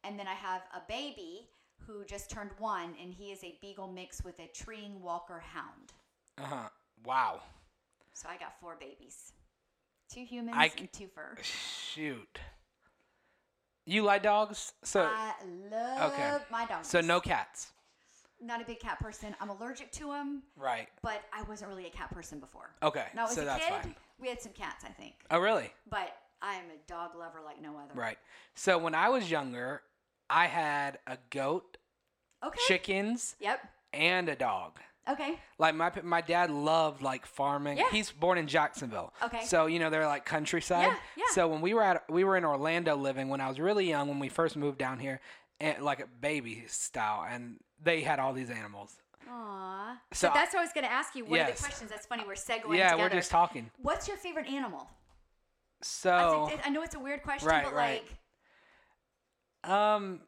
Speaker 2: and then i have a baby who just turned one and he is a beagle mix with a treeing walker hound
Speaker 1: Uh-huh. Wow.
Speaker 2: so i got four babies two humans
Speaker 1: I c-
Speaker 2: and two fur
Speaker 1: Shoot. You like dogs? So
Speaker 2: I love my dogs.
Speaker 1: so no cats.
Speaker 2: not a big cat person. I'm allergic to them,
Speaker 1: Right.
Speaker 2: but I wasn't really a cat person before.
Speaker 1: Okay.
Speaker 2: Now as
Speaker 1: so
Speaker 2: a
Speaker 1: that's
Speaker 2: kid,
Speaker 1: fine.
Speaker 2: we had some cats, I think,
Speaker 1: Oh really?
Speaker 2: but I'm a dog lover like no other.
Speaker 1: Right. So when I was younger, I had a goat,
Speaker 2: Okay.
Speaker 1: chickens,
Speaker 2: Yep.
Speaker 1: and a dog.
Speaker 2: Okay.
Speaker 1: Like my pa- my dad loved like farming.
Speaker 2: Yeah.
Speaker 1: He's born in Jacksonville.
Speaker 2: Okay.
Speaker 1: So you know they're like countryside.
Speaker 2: Yeah, yeah.
Speaker 1: So when we were at we were in Orlando living when I was really young when we first moved down here, and like a baby style, and they had all these animals.
Speaker 2: Aww.
Speaker 1: So
Speaker 2: So
Speaker 1: I-
Speaker 2: that's what I was going to ask you. One of
Speaker 1: Yes.
Speaker 2: the questions. That's funny. We're segueing
Speaker 1: yeah,
Speaker 2: together.
Speaker 1: we're just talking.
Speaker 2: What's your favorite animal?
Speaker 1: So
Speaker 2: I, think- I know it's a weird question,
Speaker 1: Oh. Right,
Speaker 2: but
Speaker 1: right.
Speaker 2: like,
Speaker 1: um,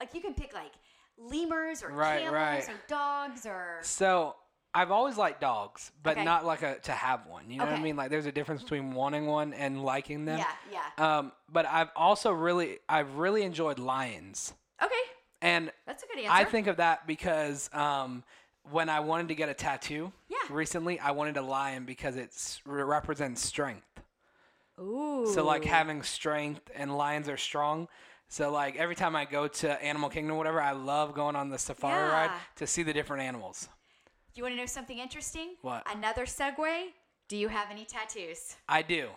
Speaker 2: like you can pick like lemurs or
Speaker 1: Right,
Speaker 2: camels
Speaker 1: right.
Speaker 2: or dogs or
Speaker 1: so I've always liked dogs, but
Speaker 2: Okay.
Speaker 1: not like a to have one. You know what I
Speaker 2: Okay.
Speaker 1: mean? Like there's a difference between wanting one and liking them.
Speaker 2: yeah, yeah.
Speaker 1: Um, but I've also really I've really enjoyed lions,
Speaker 2: Okay,
Speaker 1: and
Speaker 2: that's a good answer.
Speaker 1: I think of that because um, when I wanted to get a tattoo
Speaker 2: Yeah.
Speaker 1: recently, I wanted a lion because it s- re- represents strength.
Speaker 2: Ooh.
Speaker 1: So like having strength and lions are strong. So like every time I go to Animal Kingdom, or whatever, I love going on the safari ride
Speaker 2: Yeah.
Speaker 1: to see the different animals.
Speaker 2: You want to know something interesting?
Speaker 1: What?
Speaker 2: Another segue. Do you have any tattoos?
Speaker 1: I do.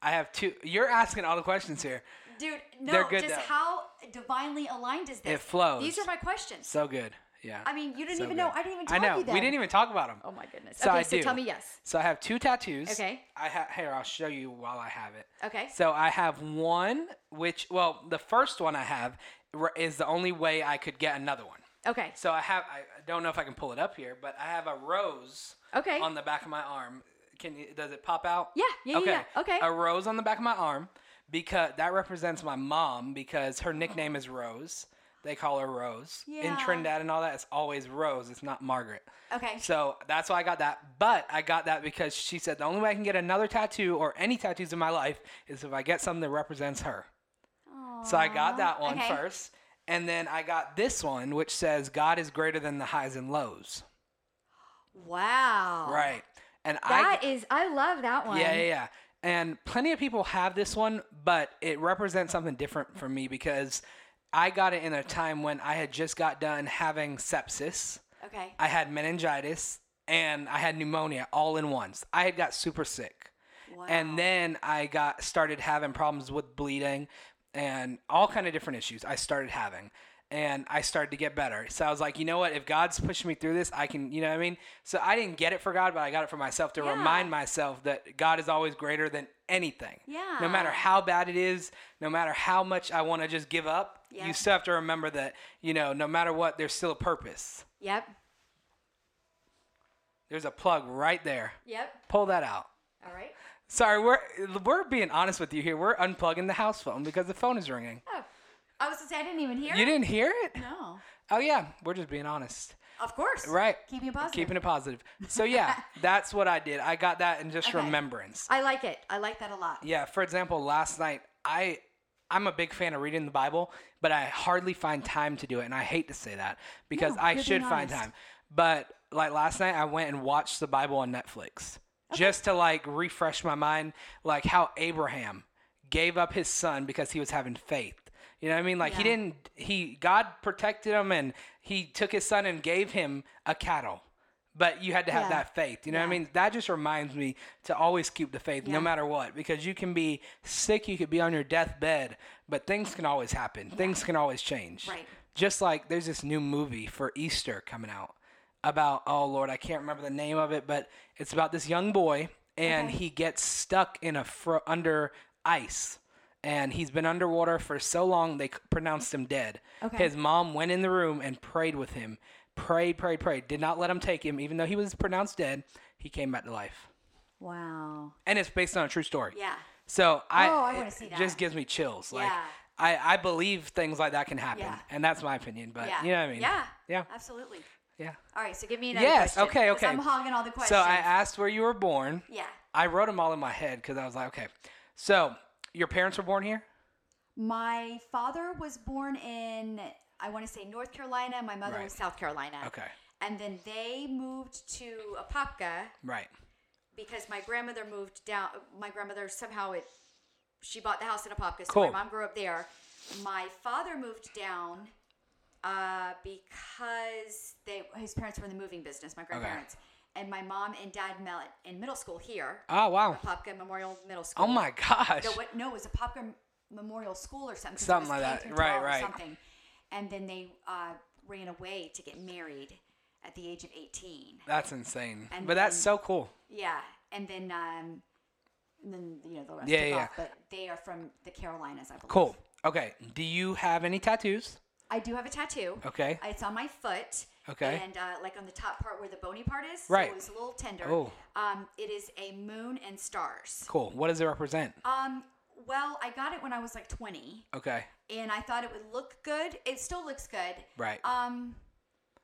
Speaker 1: I have two. You're asking all the questions here.
Speaker 2: Dude, no,
Speaker 1: They're good
Speaker 2: just
Speaker 1: though.
Speaker 2: how divinely aligned is this?
Speaker 1: It flows.
Speaker 2: These are my questions.
Speaker 1: So good. Yeah.
Speaker 2: I mean, you didn't
Speaker 1: So
Speaker 2: even
Speaker 1: good.
Speaker 2: know. I didn't even
Speaker 1: I
Speaker 2: tell
Speaker 1: know.
Speaker 2: you that.
Speaker 1: We didn't even talk about them.
Speaker 2: Oh my goodness.
Speaker 1: So
Speaker 2: okay,
Speaker 1: I
Speaker 2: so
Speaker 1: do.
Speaker 2: tell me yes.
Speaker 1: So I have two tattoos.
Speaker 2: Okay.
Speaker 1: I ha- here I'll show you while I have it.
Speaker 2: Okay.
Speaker 1: So I have one, which well, the first one I have r- is the only way I could get another one.
Speaker 2: Okay.
Speaker 1: So I have I I don't know if I can pull it up here, but I have a rose
Speaker 2: Okay.
Speaker 1: on the back of my arm. Can you, does it pop out?
Speaker 2: Yeah, yeah, yeah, yeah. Okay.
Speaker 1: A rose on the back of my arm because that represents my mom because her nickname is Rose. They call her Rose. In
Speaker 2: Yeah.
Speaker 1: Trinidad and all that, it's always Rose. It's not Margaret.
Speaker 2: okay.
Speaker 1: So that's why I got that. But I got that because she said the only way I can get another tattoo or any tattoos in my life is if I get something that represents her. So I got that one first,
Speaker 2: Okay.
Speaker 1: And then I got this one, which says, God is greater than the highs and lows.
Speaker 2: Wow.
Speaker 1: Right. And
Speaker 2: Oh, That
Speaker 1: I.
Speaker 2: is. I love that one.
Speaker 1: Yeah, yeah, yeah. And plenty of people have this one, but it represents something different for me because I got it in a time when I had just got done having sepsis.
Speaker 2: Okay.
Speaker 1: I had meningitis and I had pneumonia all in once. I had got super sick.
Speaker 2: Wow.
Speaker 1: And then I got started having problems with bleeding and all kind of different issues I started having. And I started to get better. So I was like, you know what? If God's pushing me through this, I can, you know what I mean? So I didn't get it for God, but I got it for myself to
Speaker 2: Yeah.
Speaker 1: remind myself that God is always greater than anything. No
Speaker 2: Yeah.
Speaker 1: matter how bad it is, no matter how much I want to just give up,
Speaker 2: Yeah.
Speaker 1: you still have to remember that, you know, no matter what, there's still a purpose.
Speaker 2: Yep.
Speaker 1: There's a plug right there.
Speaker 2: Yep.
Speaker 1: Pull that out.
Speaker 2: All right.
Speaker 1: Sorry, we're we're being honest with you here. We're unplugging the house phone because the phone is ringing.
Speaker 2: Oh, I was gonna say I didn't even hear.
Speaker 1: You
Speaker 2: it.
Speaker 1: didn't hear it?
Speaker 2: No.
Speaker 1: Oh yeah, we're just being honest.
Speaker 2: Of course.
Speaker 1: Right.
Speaker 2: Keeping it positive.
Speaker 1: Keeping it positive. So
Speaker 2: *laughs*
Speaker 1: yeah, that's what I did. I got that in just
Speaker 2: Okay.
Speaker 1: remembrance.
Speaker 2: I like it. I like that a lot.
Speaker 1: Yeah, for example, last night I I'm a big fan of reading the Bible, but I hardly find time to do it, and I hate to say that because
Speaker 2: No,
Speaker 1: I
Speaker 2: you're
Speaker 1: should
Speaker 2: being
Speaker 1: find
Speaker 2: honest.
Speaker 1: time. But like last night I went and watched the Bible on Netflix just to like refresh my mind like how Abraham gave up his son because he was having faith. You know what I mean? Like he
Speaker 2: Yeah.
Speaker 1: didn't he God protected him and he took his son and gave him a cattle. But you had to have
Speaker 2: Yeah.
Speaker 1: that faith. You know what I
Speaker 2: Yeah.
Speaker 1: mean? That just reminds me to always keep the faith no
Speaker 2: Yeah.
Speaker 1: matter what because you can be sick, you could be on your deathbed, but things can always happen. Things can always change.
Speaker 2: Right.
Speaker 1: Just like there's this new movie for Easter coming out about oh lord, I can't remember the name of it, but it's about this young boy and he gets stuck in a fro- under ice. And he's been underwater for so long they c- pronounced him dead.
Speaker 2: Okay.
Speaker 1: His mom went in the room and prayed with him. Prayed, prayed, prayed. Did not let him take him. Even though he was pronounced dead, he came back to life.
Speaker 2: Wow.
Speaker 1: And it's based on a true story.
Speaker 2: Yeah.
Speaker 1: So I,
Speaker 2: Oh, I
Speaker 1: it
Speaker 2: wanna see
Speaker 1: just
Speaker 2: that.
Speaker 1: gives me chills. Like
Speaker 2: Yeah.
Speaker 1: I, I believe things like that can happen,
Speaker 2: Yeah.
Speaker 1: and that's my opinion. But
Speaker 2: Yeah.
Speaker 1: Uh, you know what I mean?
Speaker 2: Yeah.
Speaker 1: Yeah.
Speaker 2: Absolutely.
Speaker 1: Yeah.
Speaker 2: All right. So give me another
Speaker 1: Yes,
Speaker 2: question,
Speaker 1: okay,
Speaker 2: 'cause
Speaker 1: okay.
Speaker 2: I'm hogging all the questions.
Speaker 1: So I asked where you were born.
Speaker 2: Yeah.
Speaker 1: I wrote them all in my head because I was like, okay. So your parents were born here.
Speaker 2: My father was born in, I want to say North Carolina. My mother
Speaker 1: Right.
Speaker 2: was South Carolina.
Speaker 1: Okay.
Speaker 2: And then they moved to Apopka
Speaker 1: Right.
Speaker 2: because my grandmother moved down. My grandmother somehow it, she bought the house in Apopka. So
Speaker 1: Cool.
Speaker 2: my mom grew up there. My father moved down uh, because they his parents were in the moving business. My grandparents and my mom and dad met in middle school here,
Speaker 1: Oh wow.
Speaker 2: Apopka Memorial Middle School.
Speaker 1: Oh my gosh.
Speaker 2: No, what? No, it was a Popcorn Memorial School or something. 'cause it
Speaker 1: Something
Speaker 2: was
Speaker 1: like
Speaker 2: K
Speaker 1: that.
Speaker 2: through
Speaker 1: Right,
Speaker 2: 12 or
Speaker 1: right.
Speaker 2: Something. And then they uh, ran away to get married at the age of eighteen.
Speaker 1: That's insane.
Speaker 2: And
Speaker 1: but that's
Speaker 2: then-
Speaker 1: so cool.
Speaker 2: Yeah, and then um, and then you know the rest.
Speaker 1: Yeah,
Speaker 2: Yeah,
Speaker 1: yeah,
Speaker 2: Off, but they are from the Carolinas, I believe.
Speaker 1: Cool. Okay. Do you have any tattoos?
Speaker 2: I do have a tattoo.
Speaker 1: Okay.
Speaker 2: It's on my foot.
Speaker 1: Okay.
Speaker 2: And uh, like on the top part where the bony part is.
Speaker 1: Right.
Speaker 2: So it's a little tender.
Speaker 1: Oh.
Speaker 2: Um, it is a moon and stars.
Speaker 1: Cool. What does it represent?
Speaker 2: Um, well, I got it when I was like 20.
Speaker 1: Okay.
Speaker 2: and I thought it would look good. It still looks good.
Speaker 1: Right.
Speaker 2: Um,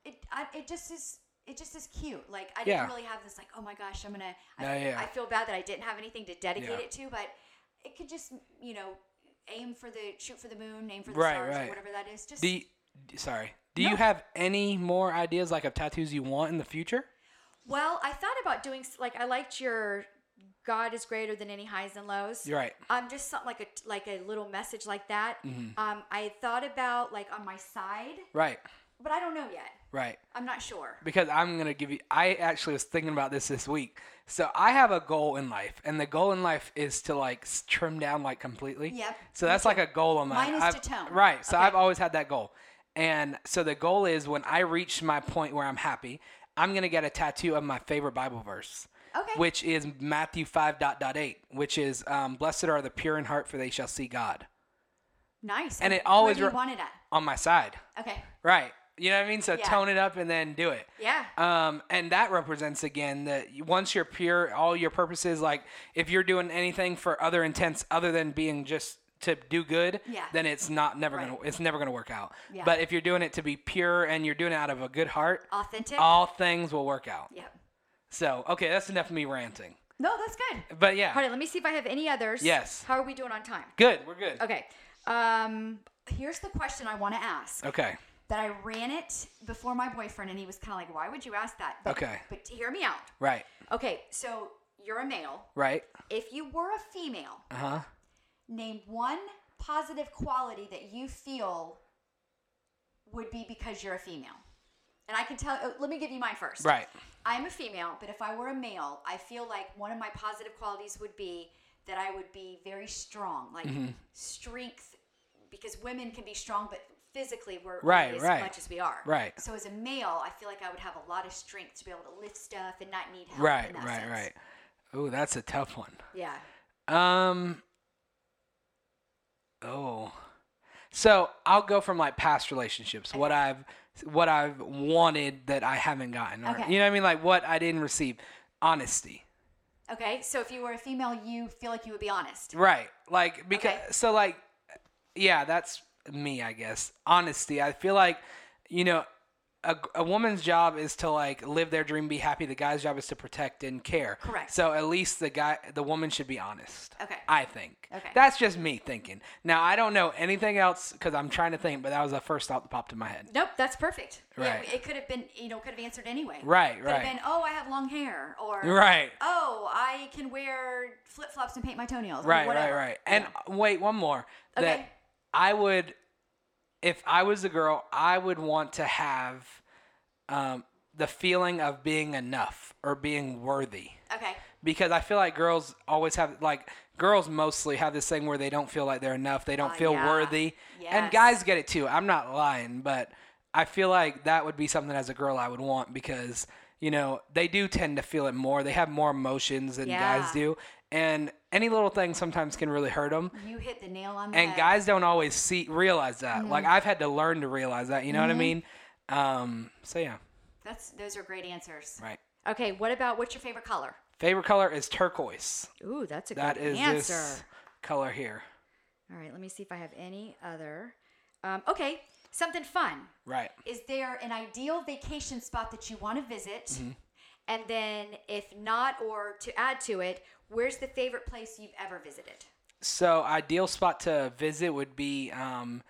Speaker 2: it I, it just is it just is cute. Like I
Speaker 1: Yeah.
Speaker 2: didn't really have this like oh my gosh I'm gonna I,
Speaker 1: Yeah, yeah.
Speaker 2: I feel bad that I didn't have anything to dedicate
Speaker 1: Yeah.
Speaker 2: it to, but it could just you know aim for the shoot for the moon, aim for the
Speaker 1: Right,
Speaker 2: stars
Speaker 1: right.
Speaker 2: or whatever that is. Just
Speaker 1: Do you, sorry. Do you have any more ideas like of tattoos you want in the future?
Speaker 2: well I thought about doing s- like I liked your God is greater than any highs and lows.
Speaker 1: You're right.
Speaker 2: Um, just something like a like a little message like that.
Speaker 1: Mm-hmm.
Speaker 2: Um, I thought about like on my side,
Speaker 1: Right.
Speaker 2: but I don't know yet.
Speaker 1: Right.
Speaker 2: I'm not sure.
Speaker 1: Because I'm going to give you, I actually was thinking about this this week. So I have a goal in life, and the goal in life is to like s- trim down like completely.
Speaker 2: Yep,
Speaker 1: So that's like a goal of mine.
Speaker 2: Mine is
Speaker 1: I've-
Speaker 2: to tone.
Speaker 1: Right. So
Speaker 2: Okay.
Speaker 1: I've always had that goal. And so the goal is when I reach my point where I'm happy, I'm going to get a tattoo of my favorite Bible verse.
Speaker 2: Okay.
Speaker 1: Which is Matthew 5 dot dot 8, which is um, blessed are the pure in heart for they shall see God.
Speaker 2: Nice.
Speaker 1: And it always
Speaker 2: where do
Speaker 1: re-
Speaker 2: you want it at.
Speaker 1: on my side.
Speaker 2: Okay.
Speaker 1: Right. You know what I mean? So
Speaker 2: Yeah.
Speaker 1: tone it up and then do it.
Speaker 2: Yeah.
Speaker 1: Um, and that represents again that you- once you're pure, all your purposes, like if you're doing anything for other intents other than being just to do good,
Speaker 2: Yeah.
Speaker 1: then it's not never gonna
Speaker 2: Right.
Speaker 1: it's never gonna work out.
Speaker 2: Yeah.
Speaker 1: But if you're doing it to be pure and you're doing it out of a good heart,
Speaker 2: Authentic.
Speaker 1: all things will work out.
Speaker 2: yep.
Speaker 1: So okay, that's enough of me ranting.
Speaker 2: No, that's good.
Speaker 1: But yeah,
Speaker 2: All right, let me see if I have any others.
Speaker 1: Yes.
Speaker 2: How are we doing on time?
Speaker 1: good, we're good.
Speaker 2: Okay. Um, here's the question I want to ask.
Speaker 1: Okay.
Speaker 2: That I ran it before my boyfriend, and he was kind of like, "Why would you ask that?" But,
Speaker 1: Okay.
Speaker 2: But hear me out.
Speaker 1: Right.
Speaker 2: Okay. So you're a male.
Speaker 1: Right.
Speaker 2: If you were a female,
Speaker 1: Uh huh.
Speaker 2: name one positive quality that you feel would be because you're a female. And I can tell. oh, Let me give you mine first.
Speaker 1: Right.
Speaker 2: I'm a female, but if I were a male, I feel like one of my positive qualities would be that I would be very strong, like
Speaker 1: Mm-hmm.
Speaker 2: strength, because women can be strong, but physically we're only
Speaker 1: Right,
Speaker 2: as
Speaker 1: right.
Speaker 2: much as we are.
Speaker 1: Right.
Speaker 2: So as a male, I feel like I would have a lot of strength to be able to lift stuff and not need help. in
Speaker 1: Right.
Speaker 2: that
Speaker 1: Right.
Speaker 2: sense.
Speaker 1: Right. Oh, that's a tough one.
Speaker 2: Yeah.
Speaker 1: Um. Oh. So I'll go from like past relationships, what I've what I've wanted that I haven't gotten, or
Speaker 2: Okay.
Speaker 1: you know what I mean, like what I didn't receive, honesty,
Speaker 2: Okay. So if you were a female, you feel like you would be honest.
Speaker 1: right? Like because
Speaker 2: Okay.
Speaker 1: so like, yeah, that's me, I guess. Honesty. I feel like you know, a, a woman's job is to like live their dream, be happy. The guy's job is to protect and care.
Speaker 2: Correct.
Speaker 1: So at least the guy, the woman should be honest.
Speaker 2: Okay.
Speaker 1: I think.
Speaker 2: Okay.
Speaker 1: That's just me thinking. Now I don't know anything else because I'm trying to think, but that was the first thought that popped in my head.
Speaker 2: Nope, that's perfect.
Speaker 1: Right.
Speaker 2: Yeah, it could have been, you know, could have answered anyway.
Speaker 1: Right,
Speaker 2: Could
Speaker 1: right.
Speaker 2: have been, oh, I have long hair, or
Speaker 1: Right.
Speaker 2: oh, I can wear flip flops and paint my toenails. or
Speaker 1: Right, right,
Speaker 2: whatever.
Speaker 1: right. And uh,
Speaker 2: Yeah.
Speaker 1: wait, one more. That
Speaker 2: Okay.
Speaker 1: I would, if I was a girl, I would want to have um, the feeling of being enough or being worthy.
Speaker 2: okay,
Speaker 1: Because I feel like girls always have, like, girls mostly have this thing where they don't feel like they're enough. They don't
Speaker 2: Ah,
Speaker 1: feel
Speaker 2: yeah.
Speaker 1: worthy. And
Speaker 2: Yes.
Speaker 1: guys get it too. I'm not lying, but I feel like that would be something as a girl I would want because, you know, they do tend to feel it more. They have more emotions than guys
Speaker 2: Yeah.
Speaker 1: do. And any little thing sometimes can really hurt them.
Speaker 2: you hit the nail on the
Speaker 1: And
Speaker 2: head.
Speaker 1: guys don't always see realize that. Like
Speaker 2: Mm-hmm.
Speaker 1: I've had to learn to realize that. You know what I mean? Um, so yeah,
Speaker 2: that's those are great answers.
Speaker 1: right.
Speaker 2: Okay, what about what's your favorite color?
Speaker 1: Favorite color is turquoise.
Speaker 2: Ooh, that's a
Speaker 1: That
Speaker 2: good
Speaker 1: is
Speaker 2: answer.
Speaker 1: this color here.
Speaker 2: All right, let me see if I have any other. Um, okay, something fun.
Speaker 1: Right.
Speaker 2: Is there an ideal vacation spot that you want to visit?
Speaker 1: Mm-hmm.
Speaker 2: And then, if not, or to add to it, where's the favorite place you've ever visited?
Speaker 1: So ideal spot to visit would be um,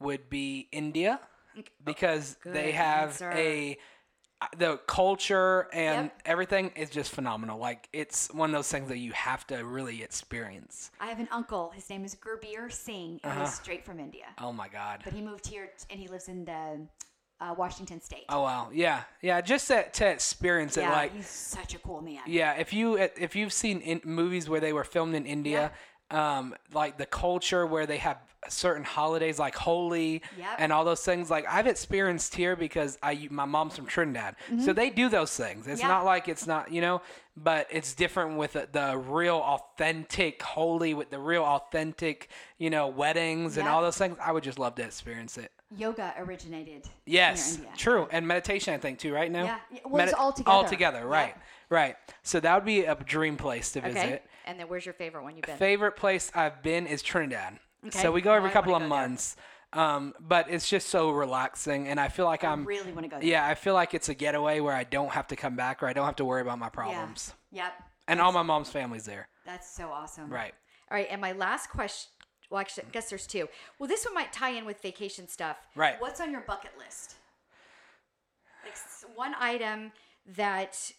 Speaker 1: would be India because they
Speaker 2: oh, good
Speaker 1: have
Speaker 2: answer.
Speaker 1: a the culture and
Speaker 2: Yep.
Speaker 1: everything is just phenomenal. Like it's one of those things that you have to really experience.
Speaker 2: I have an uncle. His name is Gurbir Singh, and
Speaker 1: Uh-huh.
Speaker 2: he's straight from India.
Speaker 1: Oh my god.
Speaker 2: But he moved here t- and he lives in the uh, Washington state.
Speaker 1: Oh wow. Yeah. Yeah, just to, to experience it
Speaker 2: yeah,
Speaker 1: like
Speaker 2: he's such a cool man.
Speaker 1: Yeah, if you if you've seen in movies where they were filmed in India, um, like the culture where they have certain holidays like Holi
Speaker 2: Yep.
Speaker 1: and all those things, like I've experienced here because I my mom's from Trinidad, so they do those things. It's
Speaker 2: Mm-hmm. Yeah.
Speaker 1: not like it's not you know, but it's different with the, the real authentic Holi with the real authentic you know weddings and
Speaker 2: Yep.
Speaker 1: all those things. I would just love to experience it.
Speaker 2: Yoga originated.
Speaker 1: Yes,
Speaker 2: Near India.
Speaker 1: true, and meditation I think too. Right now,
Speaker 2: Yeah. Yeah, well, it's all together.
Speaker 1: All together, right?
Speaker 2: Yeah.
Speaker 1: Right. So that would be a dream place to visit.
Speaker 2: And then, where's your favorite one you've been?
Speaker 1: Favorite place I've been is Trinidad. So
Speaker 2: Okay.
Speaker 1: we go every
Speaker 2: I
Speaker 1: couple of
Speaker 2: wanna go there.
Speaker 1: months, um, but it's just so relaxing, and I feel like I'm.
Speaker 2: really want to go. There.
Speaker 1: um, yeah, I feel like it's a getaway where I don't have to come back or I don't have to worry about my problems.
Speaker 2: Yeah. Yep.
Speaker 1: And all my mom's family's there.
Speaker 2: That's so awesome.
Speaker 1: Right.
Speaker 2: All right, and my last question. Well, actually, I guess there's two. Well, this one might tie in with vacation stuff.
Speaker 1: Right.
Speaker 2: What's on your bucket list? Like s- one item that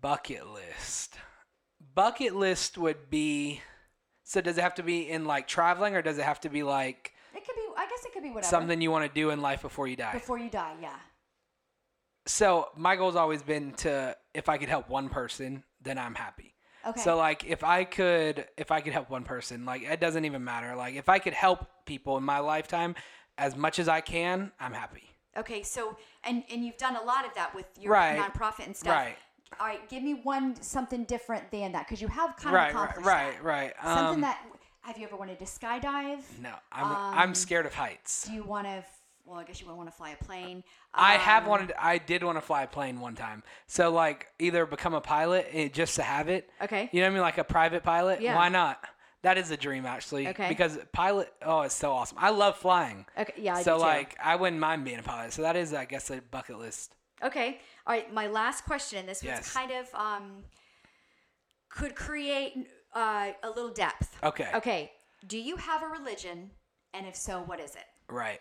Speaker 1: Bucket list. Bucket list would be. So does it have to be in like traveling or does it have to be like
Speaker 2: it could be. I guess it could be whatever.
Speaker 1: something you want to do in life before you die.
Speaker 2: before you die. Yeah.
Speaker 1: so my goal's always been to if I could help one person, then I'm happy.
Speaker 2: Okay.
Speaker 1: So like if I could if I could help one person, like it doesn't even matter. Like if I could help people in my lifetime as much as I can, I'm happy.
Speaker 2: Okay. So and and you've done a lot of that with your
Speaker 1: Right.
Speaker 2: nonprofit and stuff.
Speaker 1: Right.
Speaker 2: All right. Give me one something different than that because you have kind
Speaker 1: Right,
Speaker 2: of accomplished
Speaker 1: right,
Speaker 2: that.
Speaker 1: right, right.
Speaker 2: Something
Speaker 1: Um,
Speaker 2: that have you ever wanted to skydive?
Speaker 1: No, I'm
Speaker 2: um,
Speaker 1: I'm scared of heights.
Speaker 2: Do you want to? Well, I guess you would want to fly a plane.
Speaker 1: I
Speaker 2: Um,
Speaker 1: have wanted I did want to fly a plane one time. So like either become a pilot eh, just to have it.
Speaker 2: Uh, Okay.
Speaker 1: You know what I mean? Like a private pilot.
Speaker 2: Yeah.
Speaker 1: Why not? That is a dream actually.
Speaker 2: Okay.
Speaker 1: Because pilot oh it's so awesome. I love flying.
Speaker 2: Okay, yeah, I
Speaker 1: so
Speaker 2: do too.
Speaker 1: like I wouldn't mind being a pilot. So that is I guess a bucket list.
Speaker 2: Okay. All right. My last question, and this
Speaker 1: Yes.
Speaker 2: one's kind of um, could create uh, a little depth.
Speaker 1: Okay.
Speaker 2: Okay. Do you have a religion? And if so, what is it?
Speaker 1: Right.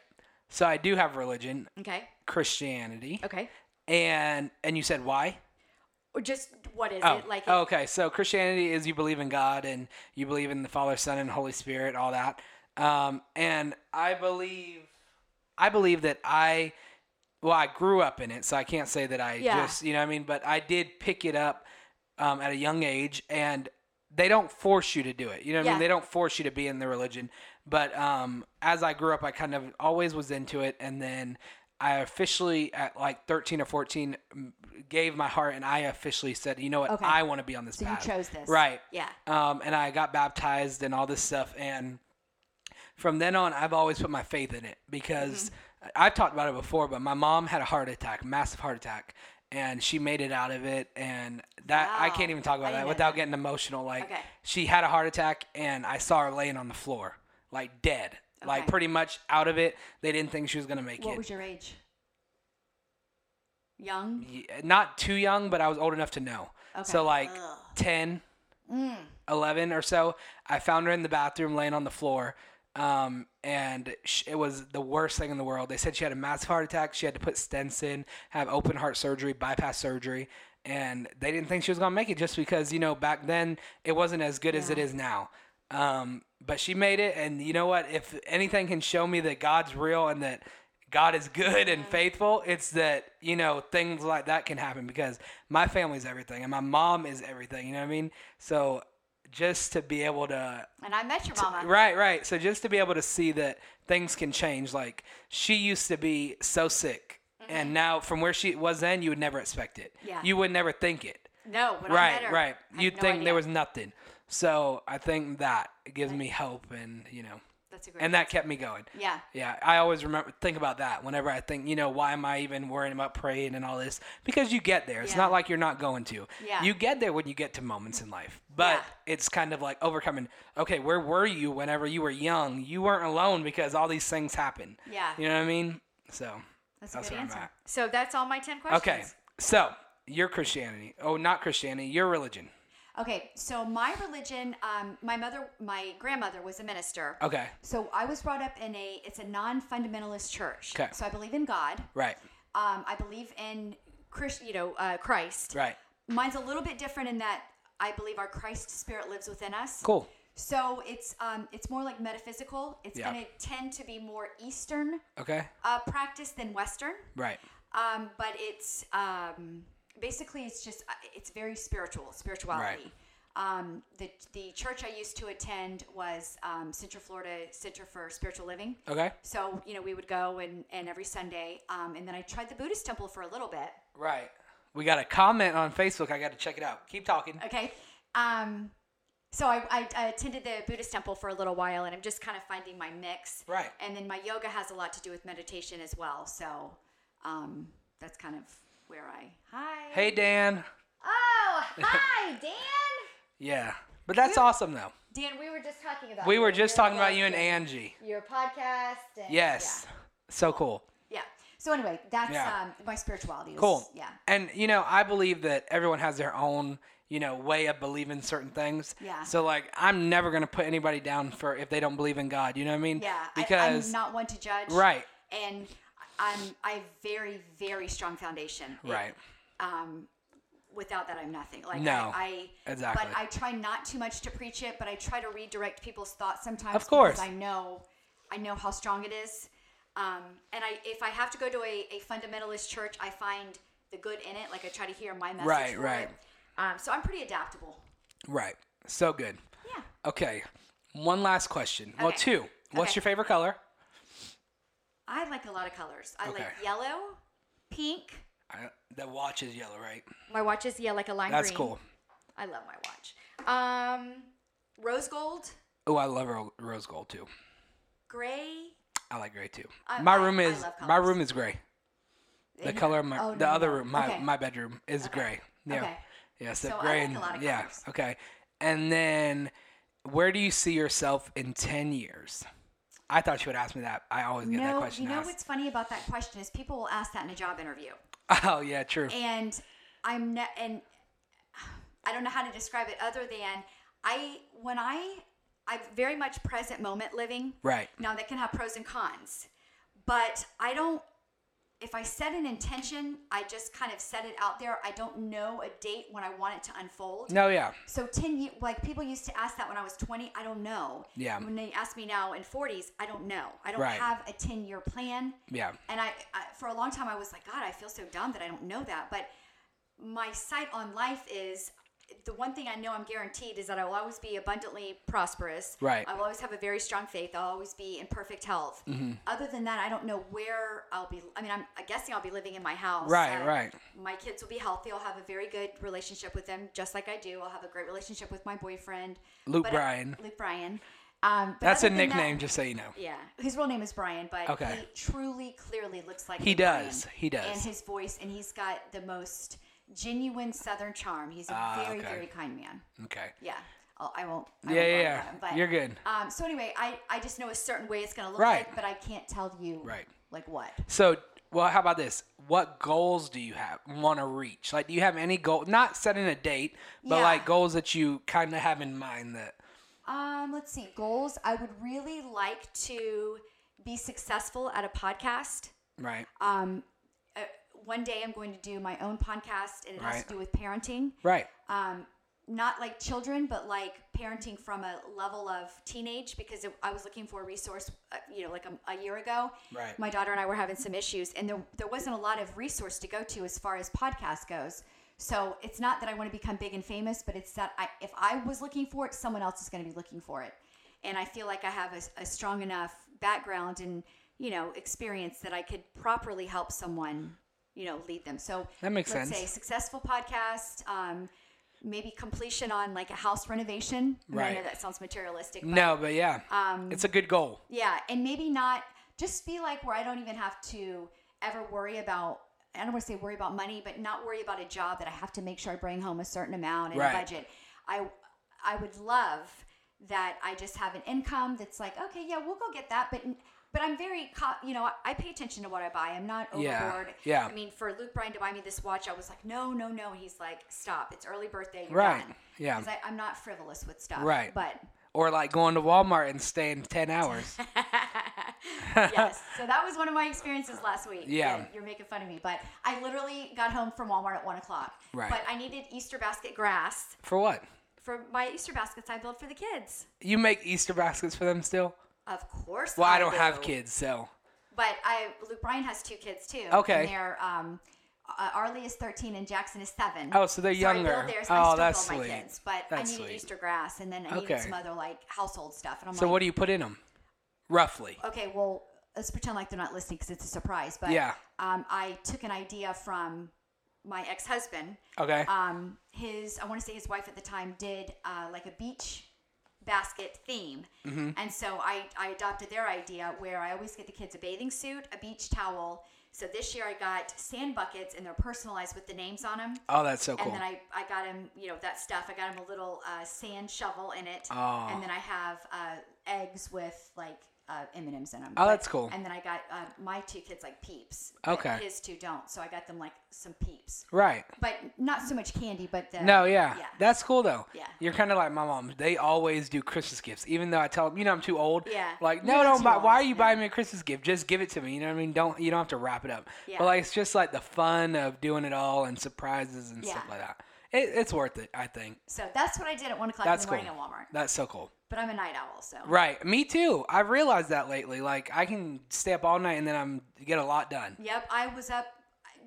Speaker 1: So I do have religion,
Speaker 2: Okay.
Speaker 1: Christianity.
Speaker 2: Okay.
Speaker 1: And and you said why?
Speaker 2: Or just what is
Speaker 1: Oh,
Speaker 2: it? Like,
Speaker 1: okay. So Christianity is you believe in God and you believe in the Father, Son, and Holy Spirit, all that. Um, and I believe, I believe that I, well, I grew up in it, so I can't say that I
Speaker 2: Yeah.
Speaker 1: just, you know, what I mean, but I did pick it up um, at a young age, and they don't force you to do it. You know, what I mean,
Speaker 2: Yeah.
Speaker 1: they don't force you to be in the religion. But um, as I grew up, I kind of always was into it, and then. I officially at like 13 or 14 m- gave my heart and I officially said, you know what,
Speaker 2: Okay.
Speaker 1: I want to be on this
Speaker 2: so you
Speaker 1: path.
Speaker 2: chose this.
Speaker 1: Right.
Speaker 2: Yeah.
Speaker 1: Um, and I got baptized and all this stuff. And from then on, I've always put my faith in it because
Speaker 2: Mm-hmm.
Speaker 1: I've talked about it before, but my mom had a heart attack, massive heart attack, and she made it out of it. And that I
Speaker 2: Wow.
Speaker 1: can't even talk
Speaker 2: I
Speaker 1: about that
Speaker 2: didn't know
Speaker 1: without
Speaker 2: that.
Speaker 1: getting emotional. Like
Speaker 2: Okay.
Speaker 1: she had a heart attack, and I saw her laying on the floor, like dead, like
Speaker 2: Okay.
Speaker 1: pretty much out of it. They didn't think she was gonna make
Speaker 2: What
Speaker 1: it.
Speaker 2: was your age? young.
Speaker 1: y- not too young, but I was old enough to know. So
Speaker 2: Okay. Mm.
Speaker 1: like 10, 11 or so, I found her in the bathroom laying on the floor. Um, and sh it was the worst thing in the world. They said she had a massive heart attack. She had to put stents in, have open heart surgery, bypass surgery. And they didn't think she was going to make it just because, you know, back then it wasn't as good as it is now. Um, but she made it. And you know what? If anything can show me that God's real and that God is good and faithful. It's that, you know, things like that can happen because my family's everything and my mom is everything. You know what I mean? So just to be able to,
Speaker 2: And I met your mama.
Speaker 1: right, right. So just to be able to see that things can change. Like she used to be so sick. And now, from where she was then, you would never expect it.
Speaker 2: Mm-hmm. Yeah.
Speaker 1: You would never think it.
Speaker 2: No, when I
Speaker 1: right,
Speaker 2: met her,
Speaker 1: right.
Speaker 2: I had
Speaker 1: You'd
Speaker 2: no
Speaker 1: think
Speaker 2: idea.
Speaker 1: there was nothing. So I think that gives me hope, and you know,
Speaker 2: That's a great.
Speaker 1: and that kept me going.
Speaker 2: Yeah.
Speaker 1: Yeah, I always remember think about that whenever I think, you know, why am I even worrying about praying and all this? Because you get there. It's
Speaker 2: Yeah.
Speaker 1: not like you're not going to.
Speaker 2: Yeah.
Speaker 1: You get there when you get to moments in life. But it's kind of like overcoming. Okay, where were you whenever you were young? You weren't alone because all these things happen.
Speaker 2: Yeah.
Speaker 1: You know what I mean? So
Speaker 2: That's,
Speaker 1: that's
Speaker 2: a good
Speaker 1: where I'm
Speaker 2: answer.
Speaker 1: at.
Speaker 2: So that's all my ten questions.
Speaker 1: Okay. So your Christianity. Oh, not Christianity, your religion.
Speaker 2: Okay. So my religion, um, my mother, my grandmother was a minister.
Speaker 1: Okay.
Speaker 2: So I was brought up in a it's a non-fundamentalist church.
Speaker 1: Okay.
Speaker 2: So I believe in God.
Speaker 1: Right.
Speaker 2: Um, I believe in Christ, you know, uh, Christ.
Speaker 1: Right.
Speaker 2: Mine's a little bit different in that I believe our Christ spirit lives within us.
Speaker 1: Cool.
Speaker 2: So it's um, it's more like metaphysical. It's
Speaker 1: Yeah.
Speaker 2: going to tend to be more Eastern
Speaker 1: Okay.
Speaker 2: uh, practice than Western.
Speaker 1: Right.
Speaker 2: Um, but it's um, basically it's just uh, it's very spiritual spirituality. Um, the the church I used to attend was um, Central Florida Center for Spiritual Living.
Speaker 1: Okay.
Speaker 2: So you know we would go and and every Sunday, um, and then I tried the Buddhist temple for a little bit.
Speaker 1: Right. We got a comment on Facebook. I got to check it out. Keep talking.
Speaker 2: Okay. Um, so I, I, I attended the Buddhist temple for a little while, and I'm just kind of finding my mix.
Speaker 1: Right.
Speaker 2: And then my yoga has a lot to do with meditation as well. So um, that's kind of where I. Hi.
Speaker 1: Hey, Dan. *laughs*
Speaker 2: Oh, hi, Dan.
Speaker 1: Yeah. But that's awesome, though.
Speaker 2: Dan, we were just talking about.
Speaker 1: We
Speaker 2: you
Speaker 1: were
Speaker 2: and
Speaker 1: just
Speaker 2: your
Speaker 1: talking about
Speaker 2: blog
Speaker 1: you and Angie.
Speaker 2: Your podcast. And
Speaker 1: Yes. So cool.
Speaker 2: Yeah. yeah. So anyway, that's
Speaker 1: Yeah.
Speaker 2: um, my spirituality. is-
Speaker 1: Cool.
Speaker 2: Yeah.
Speaker 1: And, you know, I believe that everyone has their own, you know, way of believing certain things.
Speaker 2: Yeah.
Speaker 1: So, like, I'm never going to put anybody down for if they don't believe in God. You know what I mean?
Speaker 2: Yeah. I,
Speaker 1: Because,
Speaker 2: I'm not one to judge.
Speaker 1: right.
Speaker 2: And I'm I have very very strong foundation. It-
Speaker 1: Right.
Speaker 2: um, without that, I'm nothing. Like
Speaker 1: No,
Speaker 2: I, I
Speaker 1: exactly.
Speaker 2: But I try not too much to preach it, but I try to redirect people's thoughts sometimes.
Speaker 1: Of course.
Speaker 2: because I know, I know how strong it is. Um, and I, if I have to go to a, a fundamentalist church, I find the good in it. Like I try to hear my message.
Speaker 1: Right,
Speaker 2: for
Speaker 1: right.
Speaker 2: it. Um, so I'm pretty adaptable.
Speaker 1: Right. So good.
Speaker 2: Yeah.
Speaker 1: Okay. One last question. Well,
Speaker 2: Okay.
Speaker 1: two. What's
Speaker 2: Okay.
Speaker 1: your favorite color?
Speaker 2: I like a lot of colors. I like
Speaker 1: Okay.
Speaker 2: yellow, pink.
Speaker 1: I, the watch is yellow, right?
Speaker 2: My watch is yeah, like a lime
Speaker 1: That's
Speaker 2: green.
Speaker 1: cool.
Speaker 2: I love my watch. Um, rose gold,
Speaker 1: Oh, I love ro- rose gold, too.
Speaker 2: gray.
Speaker 1: I like gray too.
Speaker 2: I-
Speaker 1: my
Speaker 2: I-
Speaker 1: room
Speaker 2: I
Speaker 1: is
Speaker 2: love
Speaker 1: my
Speaker 2: colors.
Speaker 1: room is gray. The
Speaker 2: Yeah.
Speaker 1: color of my
Speaker 2: Oh,
Speaker 1: the
Speaker 2: no,
Speaker 1: other
Speaker 2: no.
Speaker 1: room my
Speaker 2: Okay.
Speaker 1: my bedroom is gray. Yeah.
Speaker 2: Okay.
Speaker 1: Yeah, so,
Speaker 2: So I
Speaker 1: gray
Speaker 2: like a
Speaker 1: and
Speaker 2: lot of
Speaker 1: yeah.
Speaker 2: colors.
Speaker 1: Okay. And then where do you see yourself in 10 years? I thought you would ask me that. I always get that
Speaker 2: No,
Speaker 1: question
Speaker 2: you know
Speaker 1: asked.
Speaker 2: what's funny about that question is people will ask that in a job interview,
Speaker 1: *laughs* Oh, yeah, true.
Speaker 2: and I'm not, and I don't know how to describe it other than I when I I'm very much present moment living.
Speaker 1: Right.
Speaker 2: Now that can have pros and cons, but I don't. If I set an intention, I just kind of set it out there. I don't know a date when I want it to unfold.
Speaker 1: No, yeah.
Speaker 2: So ten years, like people used to ask that when I was twenty. I don't know.
Speaker 1: Yeah.
Speaker 2: When they ask me now in forties, I don't know. I don't
Speaker 1: Right.
Speaker 2: have a ten year plan.
Speaker 1: Yeah.
Speaker 2: And I, I, for a long time, I was like, God, I feel so dumb that I don't know that. But my sight on life is the one thing I know I'm guaranteed is that I will always be abundantly prosperous.
Speaker 1: Right.
Speaker 2: I will always have a very strong faith. I'll always be in perfect health.
Speaker 1: Mm-hmm.
Speaker 2: Other than that, I don't know where I'll be. I mean, I'm, I'm guessing I'll be living in my house.
Speaker 1: Right, right.
Speaker 2: My kids will be healthy. I'll have a very good relationship with them, just like I do. I'll have a great relationship with my boyfriend,
Speaker 1: Luke
Speaker 2: But I-
Speaker 1: Bryan.
Speaker 2: Luke Bryan. Um, but
Speaker 1: That's a
Speaker 2: other than that-
Speaker 1: nickname just so you know.
Speaker 2: yeah, his real name is Brian, but
Speaker 1: Okay.
Speaker 2: he truly, clearly looks like
Speaker 1: He
Speaker 2: a Brian
Speaker 1: does. He does.
Speaker 2: And his voice, and he's got the most genuine Southern charm. He's a
Speaker 1: Ah,
Speaker 2: very,
Speaker 1: okay.
Speaker 2: very kind man.
Speaker 1: Okay.
Speaker 2: Yeah, I'll, I won't. I
Speaker 1: Yeah,
Speaker 2: won't
Speaker 1: yeah,
Speaker 2: bother
Speaker 1: yeah.
Speaker 2: him, but,
Speaker 1: You're good.
Speaker 2: Um, so anyway, I, I just know a certain way it's gonna look
Speaker 1: Right.
Speaker 2: like, but I can't tell you
Speaker 1: Right.
Speaker 2: like what.
Speaker 1: So Well, how about this? What goals do you have want to reach? Like, do you have any goal? Not setting a date, but
Speaker 2: Yeah.
Speaker 1: like goals that you kind of have in mind that.
Speaker 2: Um, let's see. Goals. I would really like to be successful at a podcast.
Speaker 1: Right.
Speaker 2: Um, uh, one day I'm going to do my own podcast, and it has
Speaker 1: Right.
Speaker 2: to do with parenting.
Speaker 1: Right.
Speaker 2: Um, not like children, but like parenting from a level of teenage, because it, I was looking for a resource, uh, you know, like a, a year ago.
Speaker 1: Right.
Speaker 2: My daughter and I were having some issues, and there, there wasn't a lot of resource to go to as far as podcast goes. So it's not that I want to become big and famous, but it's that I, if I was looking for it, someone else is going to be looking for it. And I feel like I have a, a strong enough background and, you know, experience that I could properly help someone, you know, lead them. So
Speaker 1: That makes
Speaker 2: let's
Speaker 1: sense.
Speaker 2: say successful podcast, um, maybe completion on like a house renovation. I mean, I know
Speaker 1: Right.
Speaker 2: that sounds materialistic. But,
Speaker 1: No, but yeah,
Speaker 2: um,
Speaker 1: it's a good goal.
Speaker 2: Yeah, and maybe not just be like where I don't even have to ever worry about. I don't want to say worry about money, but not worry about a job that I have to make sure I bring home a certain amount and
Speaker 1: Right.
Speaker 2: a budget. I I would love that I just have an income that's like okay, yeah, we'll go get that, but. But I'm very, co- you know, I- I pay attention to what I buy. I'm not
Speaker 1: Yeah,
Speaker 2: overboard.
Speaker 1: yeah.
Speaker 2: I mean, for Luke Bryan to buy me this watch, I was like, no, no, no. And he's like, stop. It's early birthday. You're
Speaker 1: Right,
Speaker 2: done.
Speaker 1: yeah.
Speaker 2: 'Cause I, I'm not frivolous with stuff.
Speaker 1: Right.
Speaker 2: But
Speaker 1: Or like going to Walmart and staying 10
Speaker 2: *laughs*
Speaker 1: hours. *laughs*
Speaker 2: yes. So that was one of my experiences last week.
Speaker 1: Yeah.
Speaker 2: You're making fun of me, but I literally got home from Walmart at one o'clock.
Speaker 1: Right.
Speaker 2: But I needed Easter basket grass
Speaker 1: for what?
Speaker 2: for my Easter baskets I built for the kids.
Speaker 1: You make Easter baskets for them still?
Speaker 2: Of course.
Speaker 1: Well, I don't have
Speaker 2: do.
Speaker 1: kids, so.
Speaker 2: But I, Luke Bryan has two kids too.
Speaker 1: Okay.
Speaker 2: And they're, um, uh, Arlie is 13 and Jackson is seven.
Speaker 1: Oh, so they're
Speaker 2: So I build
Speaker 1: younger.
Speaker 2: theirs.
Speaker 1: Oh,
Speaker 2: I still
Speaker 1: that's
Speaker 2: build my
Speaker 1: sweet.
Speaker 2: kids, but
Speaker 1: That's
Speaker 2: I needed
Speaker 1: sweet.
Speaker 2: Easter grass, and then I needed
Speaker 1: Okay.
Speaker 2: some other like household stuff. And I'm
Speaker 1: So
Speaker 2: like,
Speaker 1: what do you put in them? Roughly.
Speaker 2: okay, well, let's pretend like they're not listening because it's a surprise. But
Speaker 1: Yeah.
Speaker 2: um, I took an idea from my ex husband.
Speaker 1: Okay.
Speaker 2: Um, his, I want to say his wife at the time did uh, like a beach basket theme. And so I, I adopted their idea where I always get the kids a bathing suit, a beach towel. So this year I got sand buckets and they're personalized with the names on them.
Speaker 1: oh, that's so cool.
Speaker 2: And then I, I got him, you know, that stuff. I got him a little uh, sand shovel in it.
Speaker 1: Oh.
Speaker 2: And then I have uh, eggs with like uh, M&Ms in them.
Speaker 1: Oh, that's cool.
Speaker 2: And then I got uh, my two kids like peeps.
Speaker 1: Okay.
Speaker 2: His two don't. So I got them like some peeps.
Speaker 1: right.
Speaker 2: But not so much candy, but the.
Speaker 1: No, yeah.
Speaker 2: Yeah.
Speaker 1: That's cool though.
Speaker 2: Yeah.
Speaker 1: You're kind of like my mom. They always do Christmas gifts, even though I tell them, you know, I'm too old.
Speaker 2: Yeah.
Speaker 1: Like,
Speaker 2: You're
Speaker 1: no,
Speaker 2: not
Speaker 1: don't
Speaker 2: too
Speaker 1: buy. Why are
Speaker 2: old,
Speaker 1: you
Speaker 2: yeah.
Speaker 1: buying me a Christmas gift? Just give it to me. You know what I mean? Don't you don't have to wrap it up.
Speaker 2: Yeah.
Speaker 1: But like, it's just like the fun of doing it all and surprises and stuff
Speaker 2: Yeah.
Speaker 1: like that. It, it's worth it, I think.
Speaker 2: so that's what I did at 1 o'clock
Speaker 1: That's
Speaker 2: in the
Speaker 1: cool.
Speaker 2: morning at Walmart.
Speaker 1: That's so cool.
Speaker 2: But I'm a night owl, so.
Speaker 1: Right. Me too. I realized that lately. Like, I can stay up all night and then I'm get a lot done.
Speaker 2: Yep, I was up.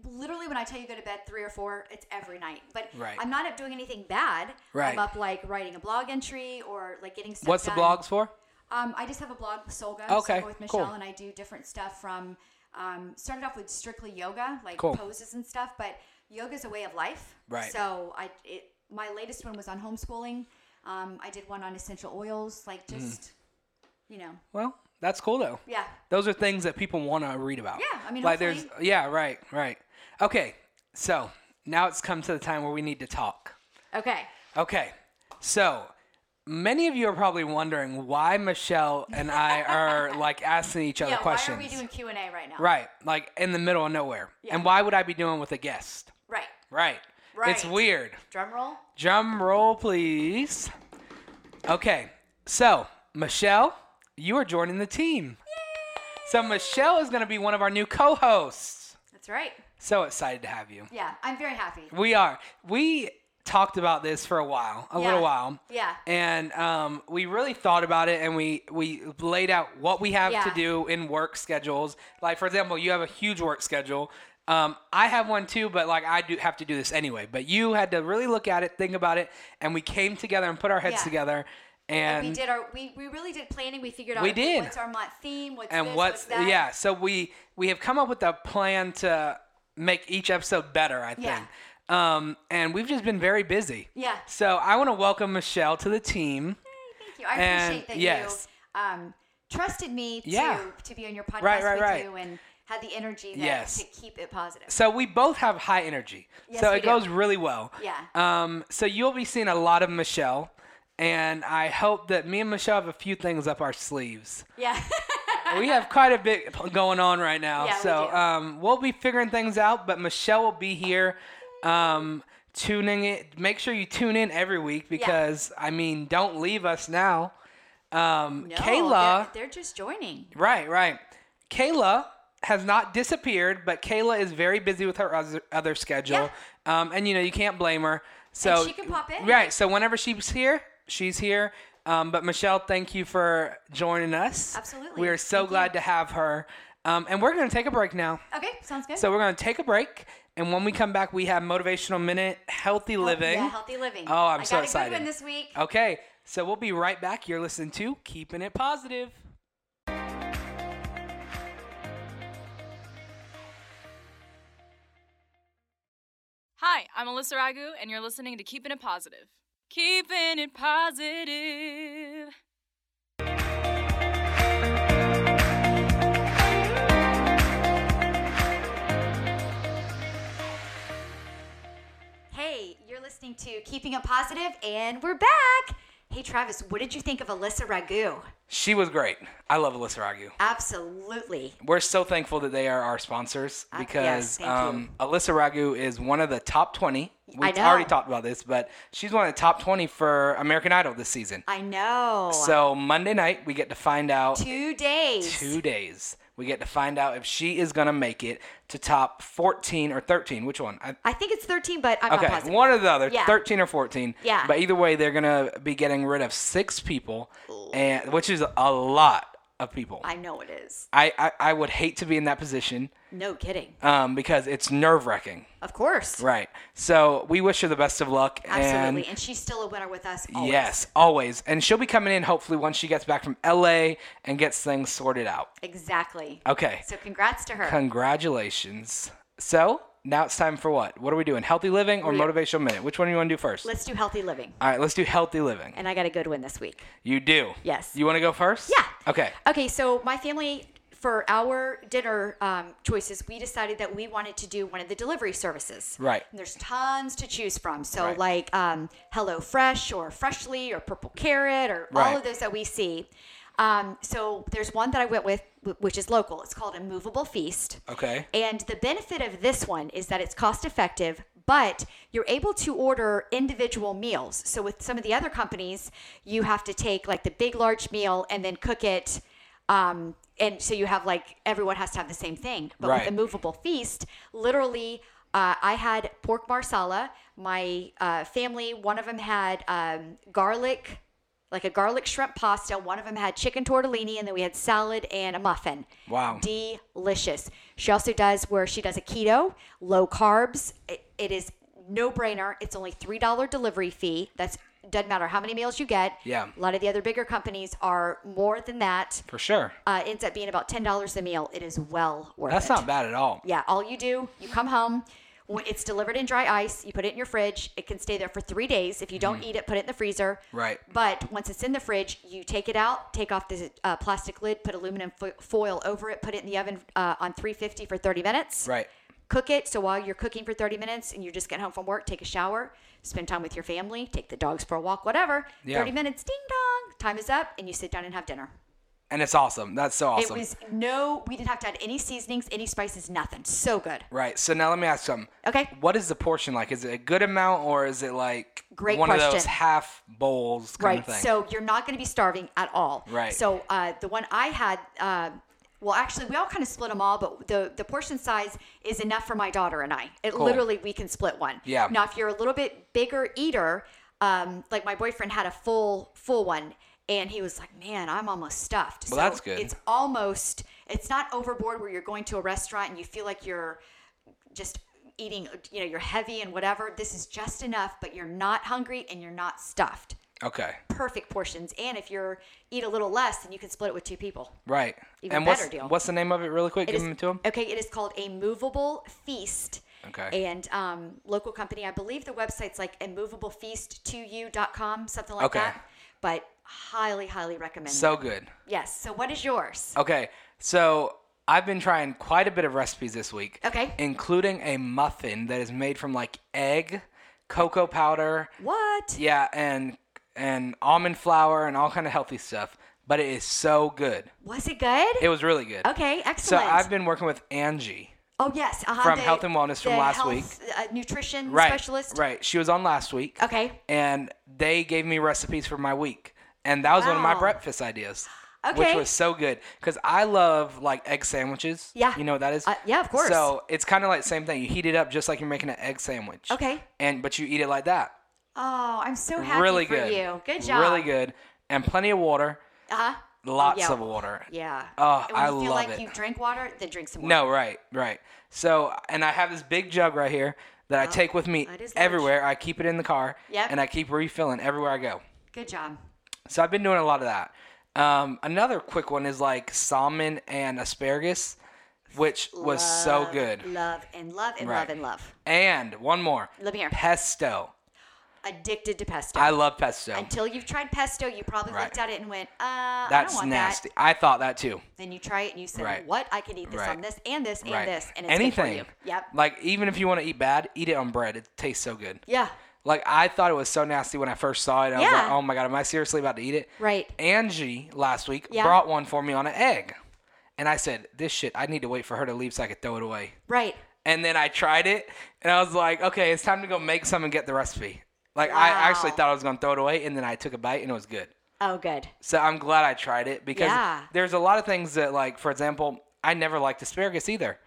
Speaker 2: Literally, when I tell you go to bed three or four, it's every night. But
Speaker 1: Right.
Speaker 2: I'm not up doing anything bad.
Speaker 1: Right.
Speaker 2: I'm up like writing a blog entry or like getting stuff
Speaker 1: What's the
Speaker 2: done.
Speaker 1: blogs for?
Speaker 2: Um, I just have a blog, Solga,
Speaker 1: Okay,
Speaker 2: Solga with Michelle,
Speaker 1: cool.
Speaker 2: and I do different stuff from. Um, started off with strictly yoga, like
Speaker 1: Cool.
Speaker 2: poses and stuff, but yoga's a way of life.
Speaker 1: Right.
Speaker 2: So I, it, my latest one was on homeschooling. Um, I did one on essential oils, like
Speaker 1: Mm.
Speaker 2: just, you know,
Speaker 1: Well, that's cool though.
Speaker 2: yeah,
Speaker 1: Those are things that people want to read about.
Speaker 2: Yeah, I mean,
Speaker 1: like there's
Speaker 2: hopefully-
Speaker 1: yeah, right, right. Okay, so now it's come to the time where we need to talk.
Speaker 2: okay,
Speaker 1: Okay, so many of you are probably wondering why Michelle and
Speaker 2: *laughs*
Speaker 1: I are like asking each other
Speaker 2: yeah.
Speaker 1: questions,
Speaker 2: Why are we doing Q and A right now?
Speaker 1: right? Like in the middle of nowhere.
Speaker 2: Yeah.
Speaker 1: And why would I be doing with a guest?
Speaker 2: Right.
Speaker 1: Right. It's
Speaker 2: Right.
Speaker 1: weird.
Speaker 2: Drum roll.
Speaker 1: Drum roll, please. Okay, so Michelle, you are joining the team. So Michelle is going to be one of our new co-hosts.
Speaker 2: That's right.
Speaker 1: So excited to have you.
Speaker 2: Yeah, I'm very happy.
Speaker 1: We are. We talked about this for a while, a
Speaker 2: Yeah.
Speaker 1: little while.
Speaker 2: Yeah.
Speaker 1: And um, we really thought about it, and we we laid out what we have to
Speaker 2: Yeah.
Speaker 1: do in work schedules. Like for example, you have a huge work schedule. Um, I have one too, but like I do have to do this anyway. But you had to really look at it, think about it, and we came together and put our heads
Speaker 2: Yeah.
Speaker 1: together. And,
Speaker 2: we did our we, we really did planning. We figured out
Speaker 1: We
Speaker 2: okay,
Speaker 1: did.
Speaker 2: what's our month theme, what's
Speaker 1: and
Speaker 2: this,
Speaker 1: what's
Speaker 2: that.
Speaker 1: yeah so we we have come up with a plan to make each episode better i
Speaker 2: Yeah.
Speaker 1: think um and we've just been very busy
Speaker 2: Yeah.
Speaker 1: so i want to welcome michelle to the team
Speaker 2: Thank you. I
Speaker 1: And,
Speaker 2: appreciate that
Speaker 1: yes.
Speaker 2: you um, trusted me to
Speaker 1: Yeah.
Speaker 2: to be on your podcast
Speaker 1: Right, right,
Speaker 2: with
Speaker 1: right.
Speaker 2: you and had the energy that,
Speaker 1: Yes.
Speaker 2: to keep it positive.
Speaker 1: so we both have high energy
Speaker 2: Yes,
Speaker 1: so
Speaker 2: we
Speaker 1: it
Speaker 2: do.
Speaker 1: goes really well
Speaker 2: Yeah.
Speaker 1: um so you'll be seeing a lot of *laughs* michelle and i hope that me and michelle have a few things up our sleeves
Speaker 2: yeah.
Speaker 1: we have quite a bit p- going on right now.
Speaker 2: Yeah, we
Speaker 1: so
Speaker 2: do.
Speaker 1: um, we'll be figuring things out, but Michelle will be here. Um, tuning it. Make sure you tune in every week because I mean, don't leave us now. Um,
Speaker 2: No,
Speaker 1: Kayla,
Speaker 2: They're, they're just joining.
Speaker 1: right, right. Kayla has not disappeared, but Kayla is very busy with her other, other schedule. Um, and you know, you can't blame her. So
Speaker 2: she can pop in.
Speaker 1: Right. So whenever she's here, she's here. Um, but Michelle, thank you for joining us.
Speaker 2: Absolutely.
Speaker 1: We are so
Speaker 2: Thank you.
Speaker 1: glad to have her. Um, and we're going to take a break now.
Speaker 2: Okay, sounds good.
Speaker 1: So we're going to take a break. And when we come back, we have Motivational Minute, Healthy Living.
Speaker 2: Oh, Yeah, healthy living.
Speaker 1: Oh, I'm
Speaker 2: I
Speaker 1: so
Speaker 2: got
Speaker 1: excited. Oh.
Speaker 2: a good one this week.
Speaker 1: Okay, so we'll be right back. You're listening to Keeping It Positive.
Speaker 3: Hi, I'm Alyssa Ragu, and you're listening to Keeping It Positive. Keeping It Positive.
Speaker 2: Hey, you're listening to Keeping It Positive, and we're back. Hey, Travis, what did you think of Alyssa Ragu?
Speaker 1: She was great. I love Alyssa Ragu.
Speaker 2: Absolutely.
Speaker 1: We're so thankful that they are our sponsors
Speaker 2: Uh, yes,
Speaker 1: because
Speaker 2: thank you.
Speaker 1: um, Alyssa Ragu is one of the top 20.
Speaker 2: I
Speaker 1: We've
Speaker 2: know.
Speaker 1: already talked about this, but she's one of the top 20 for American Idol this season.
Speaker 2: I know.
Speaker 1: So Monday night, we get to find out
Speaker 2: Oh, two days.
Speaker 1: two days. We get to find out if she is going to make it to top 14 or 13. Which one? I,
Speaker 2: I think it's 13, but I'm
Speaker 1: Okay,
Speaker 2: not positive.
Speaker 1: one or the other,
Speaker 2: Yeah.
Speaker 1: 13 or 14.
Speaker 2: Yeah.
Speaker 1: But either way, they're going to be getting rid of six people, and which is a lot of people. I,
Speaker 2: I know it is.
Speaker 1: I, I, would hate to be in that position
Speaker 2: No kidding.
Speaker 1: um, because it's nerve wracking.
Speaker 2: Of course.
Speaker 1: Right. So we wish her the best of luck.
Speaker 2: Absolutely. And,
Speaker 1: And
Speaker 2: she's still a winner with us. Always.
Speaker 1: Yes, always. And she'll be coming in hopefully once she gets back from LA and gets things sorted out.
Speaker 2: Exactly.
Speaker 1: Okay.
Speaker 2: So congrats to her.
Speaker 1: Congratulations. So now it's time for what? What are we doing? Healthy living or motivational minute? Which one do you want to do first?
Speaker 2: Let's do healthy living.
Speaker 1: All right, let's do healthy living.
Speaker 2: And I got a good one this week.
Speaker 1: You do?
Speaker 2: Yes.
Speaker 1: You want to go first?
Speaker 2: Yeah.
Speaker 1: Okay.
Speaker 2: Okay, so my family, for our dinner um, choices, we decided that we wanted to do one of the delivery services.
Speaker 1: Right.
Speaker 2: And there's tons to choose from. So,
Speaker 1: Right.
Speaker 2: like um, Hello Fresh or Freshly or Purple Carrot or all
Speaker 1: Right.
Speaker 2: of those that we see. Um, so, there's one that I went with, wh- which is local. It's called Immovable Feast.
Speaker 1: Okay.
Speaker 2: And the benefit of this one is that it's cost effective, but you're able to order individual meals. So with some of the other companies, you have to take like the big large meal and then cook it. Um, and so you have like everyone has to have the same thing. But
Speaker 1: Right.
Speaker 2: with a movable feast, literally, uh, I had pork marsala. My uh, family, one of them had um, garlic like a garlic shrimp pasta. One of them had chicken tortellini, and then we had salad and a muffin.
Speaker 1: Wow.
Speaker 2: Delicious. She also does where she does a keto, low carbs. It, it is no brainer. It's only $3 delivery fee. That's doesn't matter how many meals you get.
Speaker 1: Yeah.
Speaker 2: A lot of the other bigger companies are more than that.
Speaker 1: For sure.
Speaker 2: Uh, it ends up being about $10 a meal. It is well worth
Speaker 1: That's
Speaker 2: it.
Speaker 1: not bad at all.
Speaker 2: Yeah, all you do, you come home. when It's delivered in dry ice. You put it in your fridge. It can stay there for three days. If you don't eat it, put it in the freezer.
Speaker 1: Mm-hmm. Right.
Speaker 2: But once it's in the fridge, you take it out, take off the uh, plastic lid, put aluminum fo- foil over it, put it in the oven uh, on 350 for 30 minutes.
Speaker 1: Right.
Speaker 2: Cook it. So while you're cooking for 30 minutes and you're just getting home from work, take a shower, spend time with your family, take the dogs for a walk, whatever.
Speaker 1: Yeah.
Speaker 2: 30 minutes, ding dong, time is up, and you sit down and have dinner.
Speaker 1: And it's awesome. That's so awesome.
Speaker 2: It was no, we didn't have to add any seasonings, any spices, nothing. So good.
Speaker 1: right. So now let me ask something.
Speaker 2: Okay.
Speaker 1: What is the portion like? Is it a good amount or is it like
Speaker 2: Great
Speaker 1: one of those
Speaker 2: question.
Speaker 1: half bowls kind
Speaker 2: right.
Speaker 1: of thing?
Speaker 2: So you're not going to be starving at all.
Speaker 1: Right.
Speaker 2: So uh, the one I had, uh, well, actually, we all kind of split them all, but the the portion size is enough for my daughter and I. It literally we can split one.
Speaker 1: Yeah.
Speaker 2: Now, if you're a little bit bigger eater, um, like my boyfriend had a full full one, and he was like, "Man, I'm almost stuffed."
Speaker 1: Well, that's good.
Speaker 2: It's almost. It's not overboard where you're going to a restaurant and you feel like you're just eating you know you're heavy and whatever this is just enough but you're not hungry and you're not stuffed
Speaker 1: okay.
Speaker 2: perfect portions. And if you're eat a little less, then you can split it with two people.
Speaker 1: Right.
Speaker 2: Even
Speaker 1: and what's,
Speaker 2: better deal.
Speaker 1: what's the name of it really quick?
Speaker 2: It
Speaker 1: Give
Speaker 2: is-
Speaker 1: them to him.
Speaker 2: Okay, it is called a movable feast.
Speaker 1: Okay.
Speaker 2: And um, local company, I believe the website's like immovablefeast2u.com, something like
Speaker 1: Okay.
Speaker 2: that. But highly, highly recommend.
Speaker 1: So good.
Speaker 2: yes. So what is yours?
Speaker 1: Okay. So I've been trying quite a bit of recipes this week.
Speaker 2: Okay.
Speaker 1: Including a muffin that is made from like egg, cocoa powder,
Speaker 2: What?
Speaker 1: Yeah, and and almond flour and all kind of healthy stuff, but it is so good.
Speaker 2: Was it good?
Speaker 1: It was really good.
Speaker 2: okay,
Speaker 1: So
Speaker 2: excellent.
Speaker 1: I've been working with Angie.
Speaker 2: oh yes, uh-huh,
Speaker 1: from
Speaker 2: the-
Speaker 1: Health and Wellness from
Speaker 2: the
Speaker 1: last
Speaker 2: health,
Speaker 1: week.
Speaker 2: uh, nutrition
Speaker 1: Right.
Speaker 2: specialist.
Speaker 1: Right. She was on last week.
Speaker 2: Okay.
Speaker 1: And they gave me recipes for my week. And that was one of my
Speaker 2: Wow.
Speaker 1: breakfast ideas. Which
Speaker 2: Okay.
Speaker 1: was so good because I love like egg sandwiches.
Speaker 2: Yeah.
Speaker 1: You know what that is?
Speaker 2: Uh, yeah, of course.
Speaker 1: So it's kind of like the same thing. You heat it up just like you're making an egg sandwich.
Speaker 2: Okay.
Speaker 1: And but you eat it like that.
Speaker 2: Oh, I'm so happy
Speaker 1: really
Speaker 2: for
Speaker 1: good.
Speaker 2: you. Good job.
Speaker 1: Really good. And plenty of water.
Speaker 2: Uh-huh.
Speaker 1: Lots
Speaker 2: yeah.
Speaker 1: of water.
Speaker 2: Yeah.
Speaker 1: Oh,
Speaker 2: and when
Speaker 1: I
Speaker 2: you feel
Speaker 1: love
Speaker 2: like
Speaker 1: it.
Speaker 2: you drink water, then drink some water.
Speaker 1: No, right, right. So, and I have this big jug right here that I take with me
Speaker 2: Oh, that is large.
Speaker 1: everywhere. I keep it in the car,
Speaker 2: Yep.
Speaker 1: and I keep refilling everywhere I go.
Speaker 2: Good job.
Speaker 1: So I've been doing a lot of that. Um, another quick one is like salmon and asparagus, which was so
Speaker 2: Love,
Speaker 1: good.
Speaker 2: Love and love and love
Speaker 1: Right.
Speaker 2: and love.
Speaker 1: And one more.
Speaker 2: Let me hear.
Speaker 1: Pesto.
Speaker 2: Addicted to pesto.
Speaker 1: I love pesto.
Speaker 2: Until you've tried pesto, you probably
Speaker 1: Right.
Speaker 2: looked at it and went, uh, I don't
Speaker 1: That's
Speaker 2: want
Speaker 1: nasty.
Speaker 2: that.
Speaker 1: I thought that too.
Speaker 2: Then you try it and you say,
Speaker 1: Right.
Speaker 2: what? I can eat this
Speaker 1: Right.
Speaker 2: on this and this and
Speaker 1: right.
Speaker 2: this. And it's
Speaker 1: Anything.
Speaker 2: good for you. Yep.
Speaker 1: Like even if you want to eat bad, eat it on bread. It tastes so good.
Speaker 2: yeah.
Speaker 1: Like I thought it was so nasty when I first saw it. I was like,
Speaker 2: Yeah.
Speaker 1: "Oh my god, am I seriously about to eat it?"
Speaker 2: Right.
Speaker 1: Angie last week
Speaker 2: Yeah.
Speaker 1: brought one for me on an egg, and I said, "This shit, I need to wait for her to leave so I could throw it away."
Speaker 2: Right.
Speaker 1: And then I tried it, and I was like, "Okay, it's time to go make some and get the recipe." Like I actually
Speaker 2: Wow.
Speaker 1: thought I was gonna throw it away, and then I took a bite and it was good.
Speaker 2: Oh, good.
Speaker 1: So I'm glad I tried it because
Speaker 2: Yeah.
Speaker 1: there's a lot of things that, like, for example, I never liked asparagus either,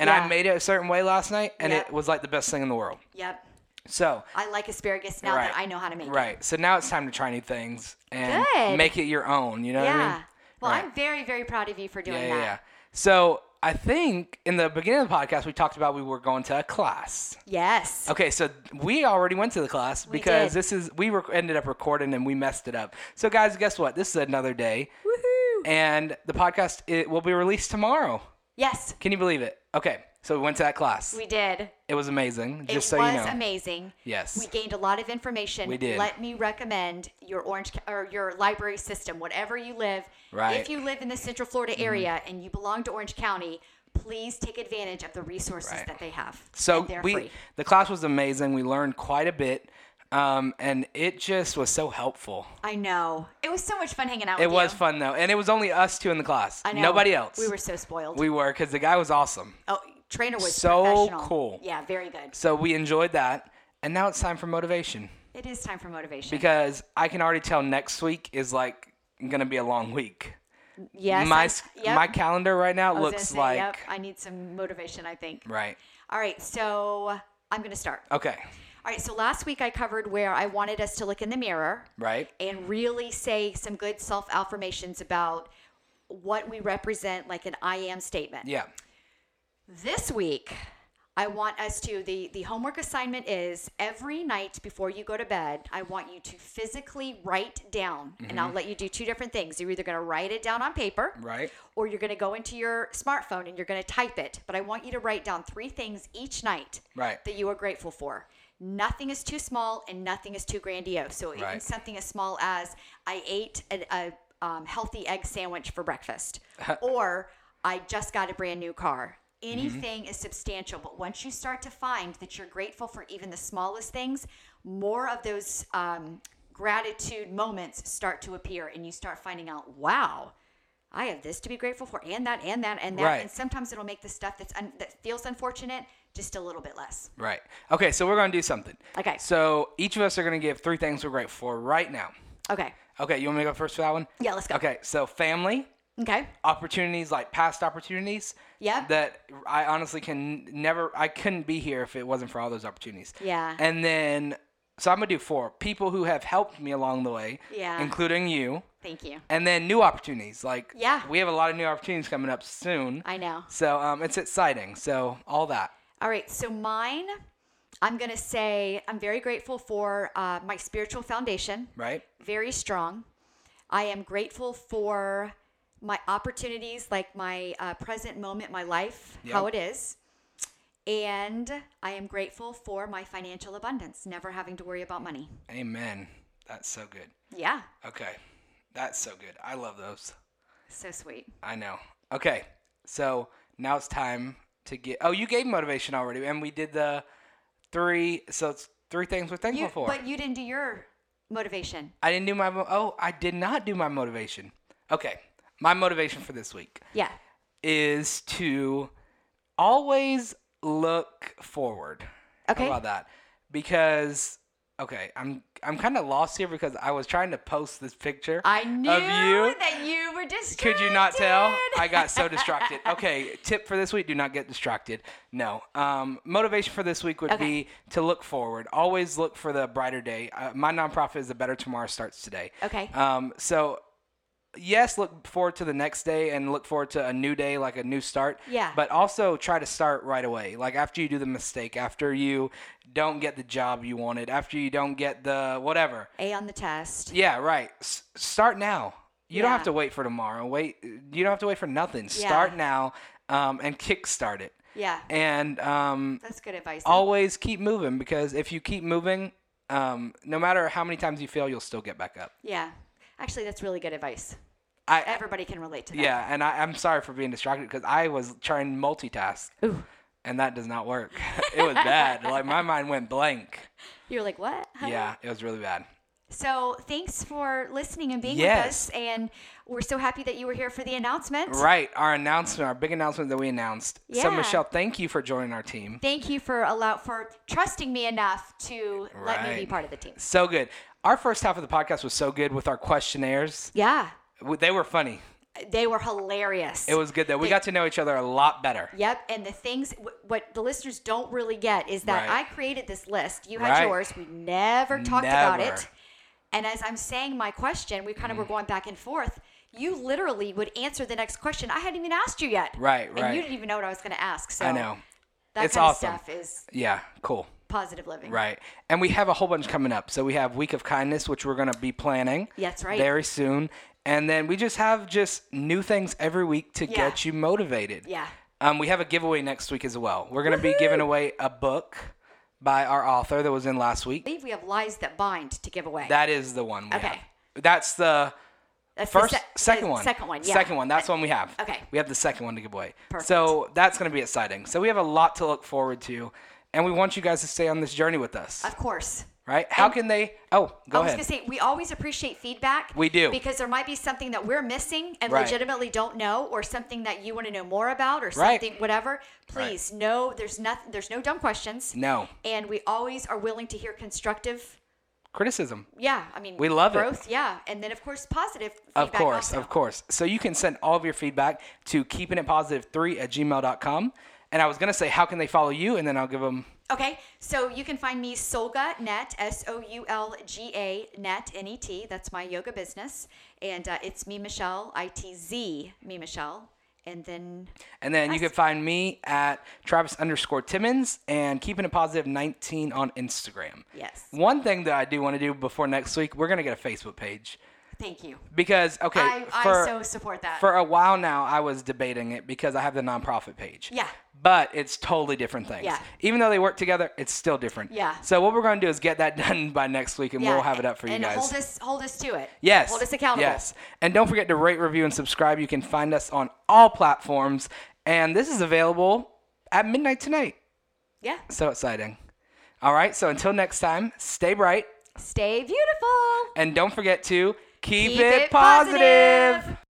Speaker 1: and I
Speaker 2: Yeah.
Speaker 1: made it a certain way last night, and
Speaker 2: Yep.
Speaker 1: it was like the best thing in the world.
Speaker 2: Yep.
Speaker 1: So
Speaker 2: I like asparagus now that I know how to make it.
Speaker 1: Right. So now it's time to try new things and
Speaker 2: Good.
Speaker 1: make it your own. You know what I
Speaker 2: Yeah.
Speaker 1: mean?
Speaker 2: Well,
Speaker 1: Right.
Speaker 2: I'm very, very proud of you for doing
Speaker 1: yeah, yeah,
Speaker 2: that.
Speaker 1: yeah. So I think in the beginning of the podcast we talked about we were going to a class.
Speaker 2: Yes.
Speaker 1: Okay, so we already went to the class because
Speaker 2: did.
Speaker 1: this is we rec- ended up recording and we messed it up. So guys, guess what? This is another day. Woohoo! And the podcast it will be released tomorrow.
Speaker 2: Yes,
Speaker 1: Can you believe it? Okay, so we went to that class.
Speaker 2: we did.
Speaker 1: it was amazing. Just
Speaker 2: it
Speaker 1: so
Speaker 2: was
Speaker 1: you know.
Speaker 2: amazing.
Speaker 1: Yes.
Speaker 2: We gained a lot of information.
Speaker 1: We did.
Speaker 2: Let me recommend your Orange Ca- or your library system, whatever you live.
Speaker 1: Right. Mm-hmm.
Speaker 2: If you live in the Central Florida area and you belong to Orange County, please take advantage of the resources
Speaker 1: Right.
Speaker 2: that they have.
Speaker 1: So
Speaker 2: And they're
Speaker 1: we
Speaker 2: free.
Speaker 1: the class was amazing. We learned quite a bit, um, and it just was so helpful.
Speaker 2: I know it was so much fun hanging out.
Speaker 1: It
Speaker 2: with
Speaker 1: was
Speaker 2: you.
Speaker 1: fun though, and it was only us two in the class.
Speaker 2: I know.
Speaker 1: Nobody else.
Speaker 2: We were so spoiled.
Speaker 1: we were because the guy was awesome.
Speaker 2: oh, trainer was
Speaker 1: so
Speaker 2: professional.
Speaker 1: cool.
Speaker 2: Yeah, very good.
Speaker 1: So we enjoyed that, and now it's time for motivation
Speaker 2: It is time for motivation.
Speaker 1: because I can already tell next week is like gonna be a long week.
Speaker 2: yes,
Speaker 1: my
Speaker 2: I-
Speaker 1: s-
Speaker 2: yep.
Speaker 1: my calendar right now
Speaker 2: I was gonna
Speaker 1: looks
Speaker 2: say,
Speaker 1: like
Speaker 2: yep, I need some motivation. I think.
Speaker 1: right.
Speaker 2: All right, so I'm going to start.
Speaker 1: Okay,
Speaker 2: All right, so last week I covered where I wanted us to look in the mirror
Speaker 1: right.
Speaker 2: and really say some good self affirmations about what we represent, like an I am statement.
Speaker 1: Yeah.
Speaker 2: This week, I want us to the the homework assignment is every night before you go to bed, I want you to physically write down, and I'll let you do two different things. You're either going to write it down on paper,
Speaker 1: Mm-hmm. Right.
Speaker 2: or you're going to go into your smartphone and you're going to type it. But I want you to write down three things each night
Speaker 1: Right.
Speaker 2: that you are grateful for. Nothing is too small and nothing is too grandiose. So even
Speaker 1: Right.
Speaker 2: something as small as I ate a, a um, healthy egg sandwich
Speaker 1: *laughs*
Speaker 2: for breakfast, or I just got a brand new car.
Speaker 1: Mm-hmm.
Speaker 2: Anything is substantial, but once you start to find that you're grateful for even the smallest things, more of those um, gratitude moments start to appear, and you start finding out, wow, I have this to be grateful for, and that, and that, and that.
Speaker 1: Right.
Speaker 2: And sometimes it'll make the stuff that's un- that feels unfortunate just a little bit less.
Speaker 1: Right. Okay. So we're gonna do something.
Speaker 2: Okay.
Speaker 1: So each of us are gonna give three things we're grateful for right now.
Speaker 2: Okay.
Speaker 1: Okay, you want me to go first for that one?
Speaker 2: Yeah, let's go.
Speaker 1: Okay, so family,
Speaker 2: Okay.
Speaker 1: opportunities like past opportunities.
Speaker 2: Yep.
Speaker 1: That I honestly can never, I couldn't be here if it wasn't for all those opportunities.
Speaker 2: Yeah.
Speaker 1: And then, so I'm gonna do four people who have helped me along the way.
Speaker 2: Yeah.
Speaker 1: Including you.
Speaker 2: Thank you.
Speaker 1: And then new opportunities. Like,
Speaker 2: Yeah.
Speaker 1: We have a lot of new opportunities coming up soon.
Speaker 2: I know.
Speaker 1: So um, it's exciting. So all that.
Speaker 2: All right. So mine, I'm going to say I'm very grateful for uh, my spiritual foundation,
Speaker 1: Right.
Speaker 2: very strong. I am grateful for my opportunities, like my uh, present moment, my life, how
Speaker 1: Yep.
Speaker 2: it is. And I am grateful for my financial abundance, never having to worry about money.
Speaker 1: Amen. That's so good.
Speaker 2: Yeah.
Speaker 1: Okay. That's so good. I love those.
Speaker 2: So sweet.
Speaker 1: I know. Okay, so now it's time to get. Oh, you gave motivation already, and we did the three. So it's three things we're thankful
Speaker 2: You,
Speaker 1: for.
Speaker 2: but you didn't do your Motivation.
Speaker 1: I didn't do my mo- oh, I did not do my motivation. Okay. My motivation for this week
Speaker 2: Yeah.
Speaker 1: is to always look forward. How
Speaker 2: Okay.
Speaker 1: about that? Because okay, I'm I'm kind of lost here because I was trying to post this picture
Speaker 2: I knew
Speaker 1: of you.
Speaker 2: that you were distracted.
Speaker 1: Could you not tell? I got so distracted. Okay, tip for this week: do not get distracted. No. Um, motivation for this week would
Speaker 2: Okay.
Speaker 1: be to look forward. Always look for the brighter day. Uh, my nonprofit is the Better Tomorrow Starts Today.
Speaker 2: Okay.
Speaker 1: Um, so. Yes, look forward to the next day and look forward to a new day, like a new start.
Speaker 2: Yeah.
Speaker 1: But also try to start right away. Like after you do the mistake, after you don't get the job you wanted, after you don't get the whatever.
Speaker 2: A on the test.
Speaker 1: Yeah, right. S- start now. You don't
Speaker 2: Yeah.
Speaker 1: have to wait for tomorrow. Wait, you don't have to wait for nothing.
Speaker 2: Yeah.
Speaker 1: Start now um, and kickstart it.
Speaker 2: Yeah.
Speaker 1: And um,
Speaker 2: That's good advice.
Speaker 1: always keep moving because if you keep moving, um, no matter how many times you fail, you'll still get back up.
Speaker 2: yeah. Actually, that's really good advice.
Speaker 1: I
Speaker 2: Everybody can relate to that.
Speaker 1: yeah, and I, I'm sorry for being distracted because I was trying to multitask,
Speaker 2: Ooh.
Speaker 1: and that does not work. *laughs* it was bad. Like my mind went blank.
Speaker 2: You're like, what? Huh?
Speaker 1: Yeah, it was really bad.
Speaker 2: So thanks for listening and being
Speaker 1: Yes.
Speaker 2: with us. And we're so happy that you were here for the announcement.
Speaker 1: Right, our announcement, our big announcement that we announced. So
Speaker 2: Yeah.
Speaker 1: Michelle, thank you for joining our team.
Speaker 2: Thank you for allow for trusting me enough to let me be
Speaker 1: Right.
Speaker 2: part of the team.
Speaker 1: So good. Our first half of the podcast was so good with our questionnaires.
Speaker 2: Yeah.
Speaker 1: W- They were funny.
Speaker 2: They were hilarious.
Speaker 1: It was good though. We got to know each other a lot better.
Speaker 2: Yep. And the things, wh- what the listeners don't really get is that
Speaker 1: Right.
Speaker 2: I created this list. You had
Speaker 1: Right.
Speaker 2: yours. We never talked about
Speaker 1: Never. Mm.
Speaker 2: it. And as I'm saying my question, we kind of were going back and forth. You literally would answer the next question I hadn't even asked you yet.
Speaker 1: Right,
Speaker 2: And
Speaker 1: right.
Speaker 2: you didn't even know what I was going to ask. So
Speaker 1: I know.
Speaker 2: That
Speaker 1: It's
Speaker 2: kind
Speaker 1: awesome.
Speaker 2: of stuff is
Speaker 1: Yeah, cool.
Speaker 2: positive living.
Speaker 1: Right. And we have a whole bunch coming up. So we have Week of Kindness, which we're going to be planning.
Speaker 2: That's right.
Speaker 1: Very soon. And then we just have just new things every week to
Speaker 2: Yeah.
Speaker 1: get you motivated.
Speaker 2: Yeah.
Speaker 1: Um, we have a giveaway next week as well. We're going to be giving away a book by our author that was in last
Speaker 2: I
Speaker 1: week.
Speaker 2: believe we have lies that bind to give away.
Speaker 1: That is the one we
Speaker 2: Okay.
Speaker 1: have. That's the
Speaker 2: That's the
Speaker 1: First,
Speaker 2: sec-
Speaker 1: second
Speaker 2: the
Speaker 1: one.
Speaker 2: Second one. Yeah.
Speaker 1: Second one. That's one we have.
Speaker 2: Okay.
Speaker 1: We have the second one to give away.
Speaker 2: Perfect.
Speaker 1: So that's going to be exciting. So we have a lot to look forward to, and we want you guys to stay on this journey with us,
Speaker 2: Of course.
Speaker 1: right? How can they? Oh, go
Speaker 2: I was
Speaker 1: ahead.
Speaker 2: gonna say we always appreciate feedback.
Speaker 1: We do.
Speaker 2: because there might be something that we're missing and
Speaker 1: Right.
Speaker 2: legitimately don't know, or something that you want to know more about, or
Speaker 1: Right.
Speaker 2: something whatever. Please, no, there's nothing. There's no dumb questions.
Speaker 1: no
Speaker 2: And we always are willing to hear constructive.
Speaker 1: criticism.
Speaker 2: Yeah, I mean,
Speaker 1: We love it.
Speaker 2: growth. Yeah, and then of course positive.
Speaker 1: Of
Speaker 2: feedback
Speaker 1: course,
Speaker 2: also.
Speaker 1: of course. So you can send all of your feedback to keepingitpositive3 at gmail.com. And I was going to say, how can they follow you? And then I'll give them.
Speaker 2: Okay, so you can find me Solga Net, S O U L G A Net, N E T. That's my yoga business. And uh, it's me, Michelle, I T Z, me, Michelle. And then,
Speaker 1: And then you
Speaker 2: Nice.
Speaker 1: can find me at Travis underscore Timmons and keeping it positive 19 on Instagram.
Speaker 2: yes,
Speaker 1: One thing that I do want to do before next week, we're gonna get a Facebook page
Speaker 2: thank you.
Speaker 1: because okay,
Speaker 2: I,
Speaker 1: for
Speaker 2: I so support that.
Speaker 1: for a while now I was debating it because I have the nonprofit page.
Speaker 2: Yeah.
Speaker 1: But it's totally different things.
Speaker 2: Yeah.
Speaker 1: Even though they work together, it's still different.
Speaker 2: Yeah.
Speaker 1: So what we're gonna do is get that *laughs* done by next week, and
Speaker 2: Yeah,
Speaker 1: we'll have it up for
Speaker 2: and
Speaker 1: you guys.
Speaker 2: hold us, hold us to it.
Speaker 1: Yes.
Speaker 2: Hold us accountable.
Speaker 1: Yes. And don't forget to rate, review, and subscribe. You can find us on all platforms, and this is available at midnight tonight.
Speaker 2: Yeah.
Speaker 1: So exciting. All right. So until next time, stay bright.
Speaker 2: Stay beautiful.
Speaker 1: And don't forget to keep,
Speaker 2: Keep
Speaker 1: it,
Speaker 2: it
Speaker 1: positive.
Speaker 2: positive.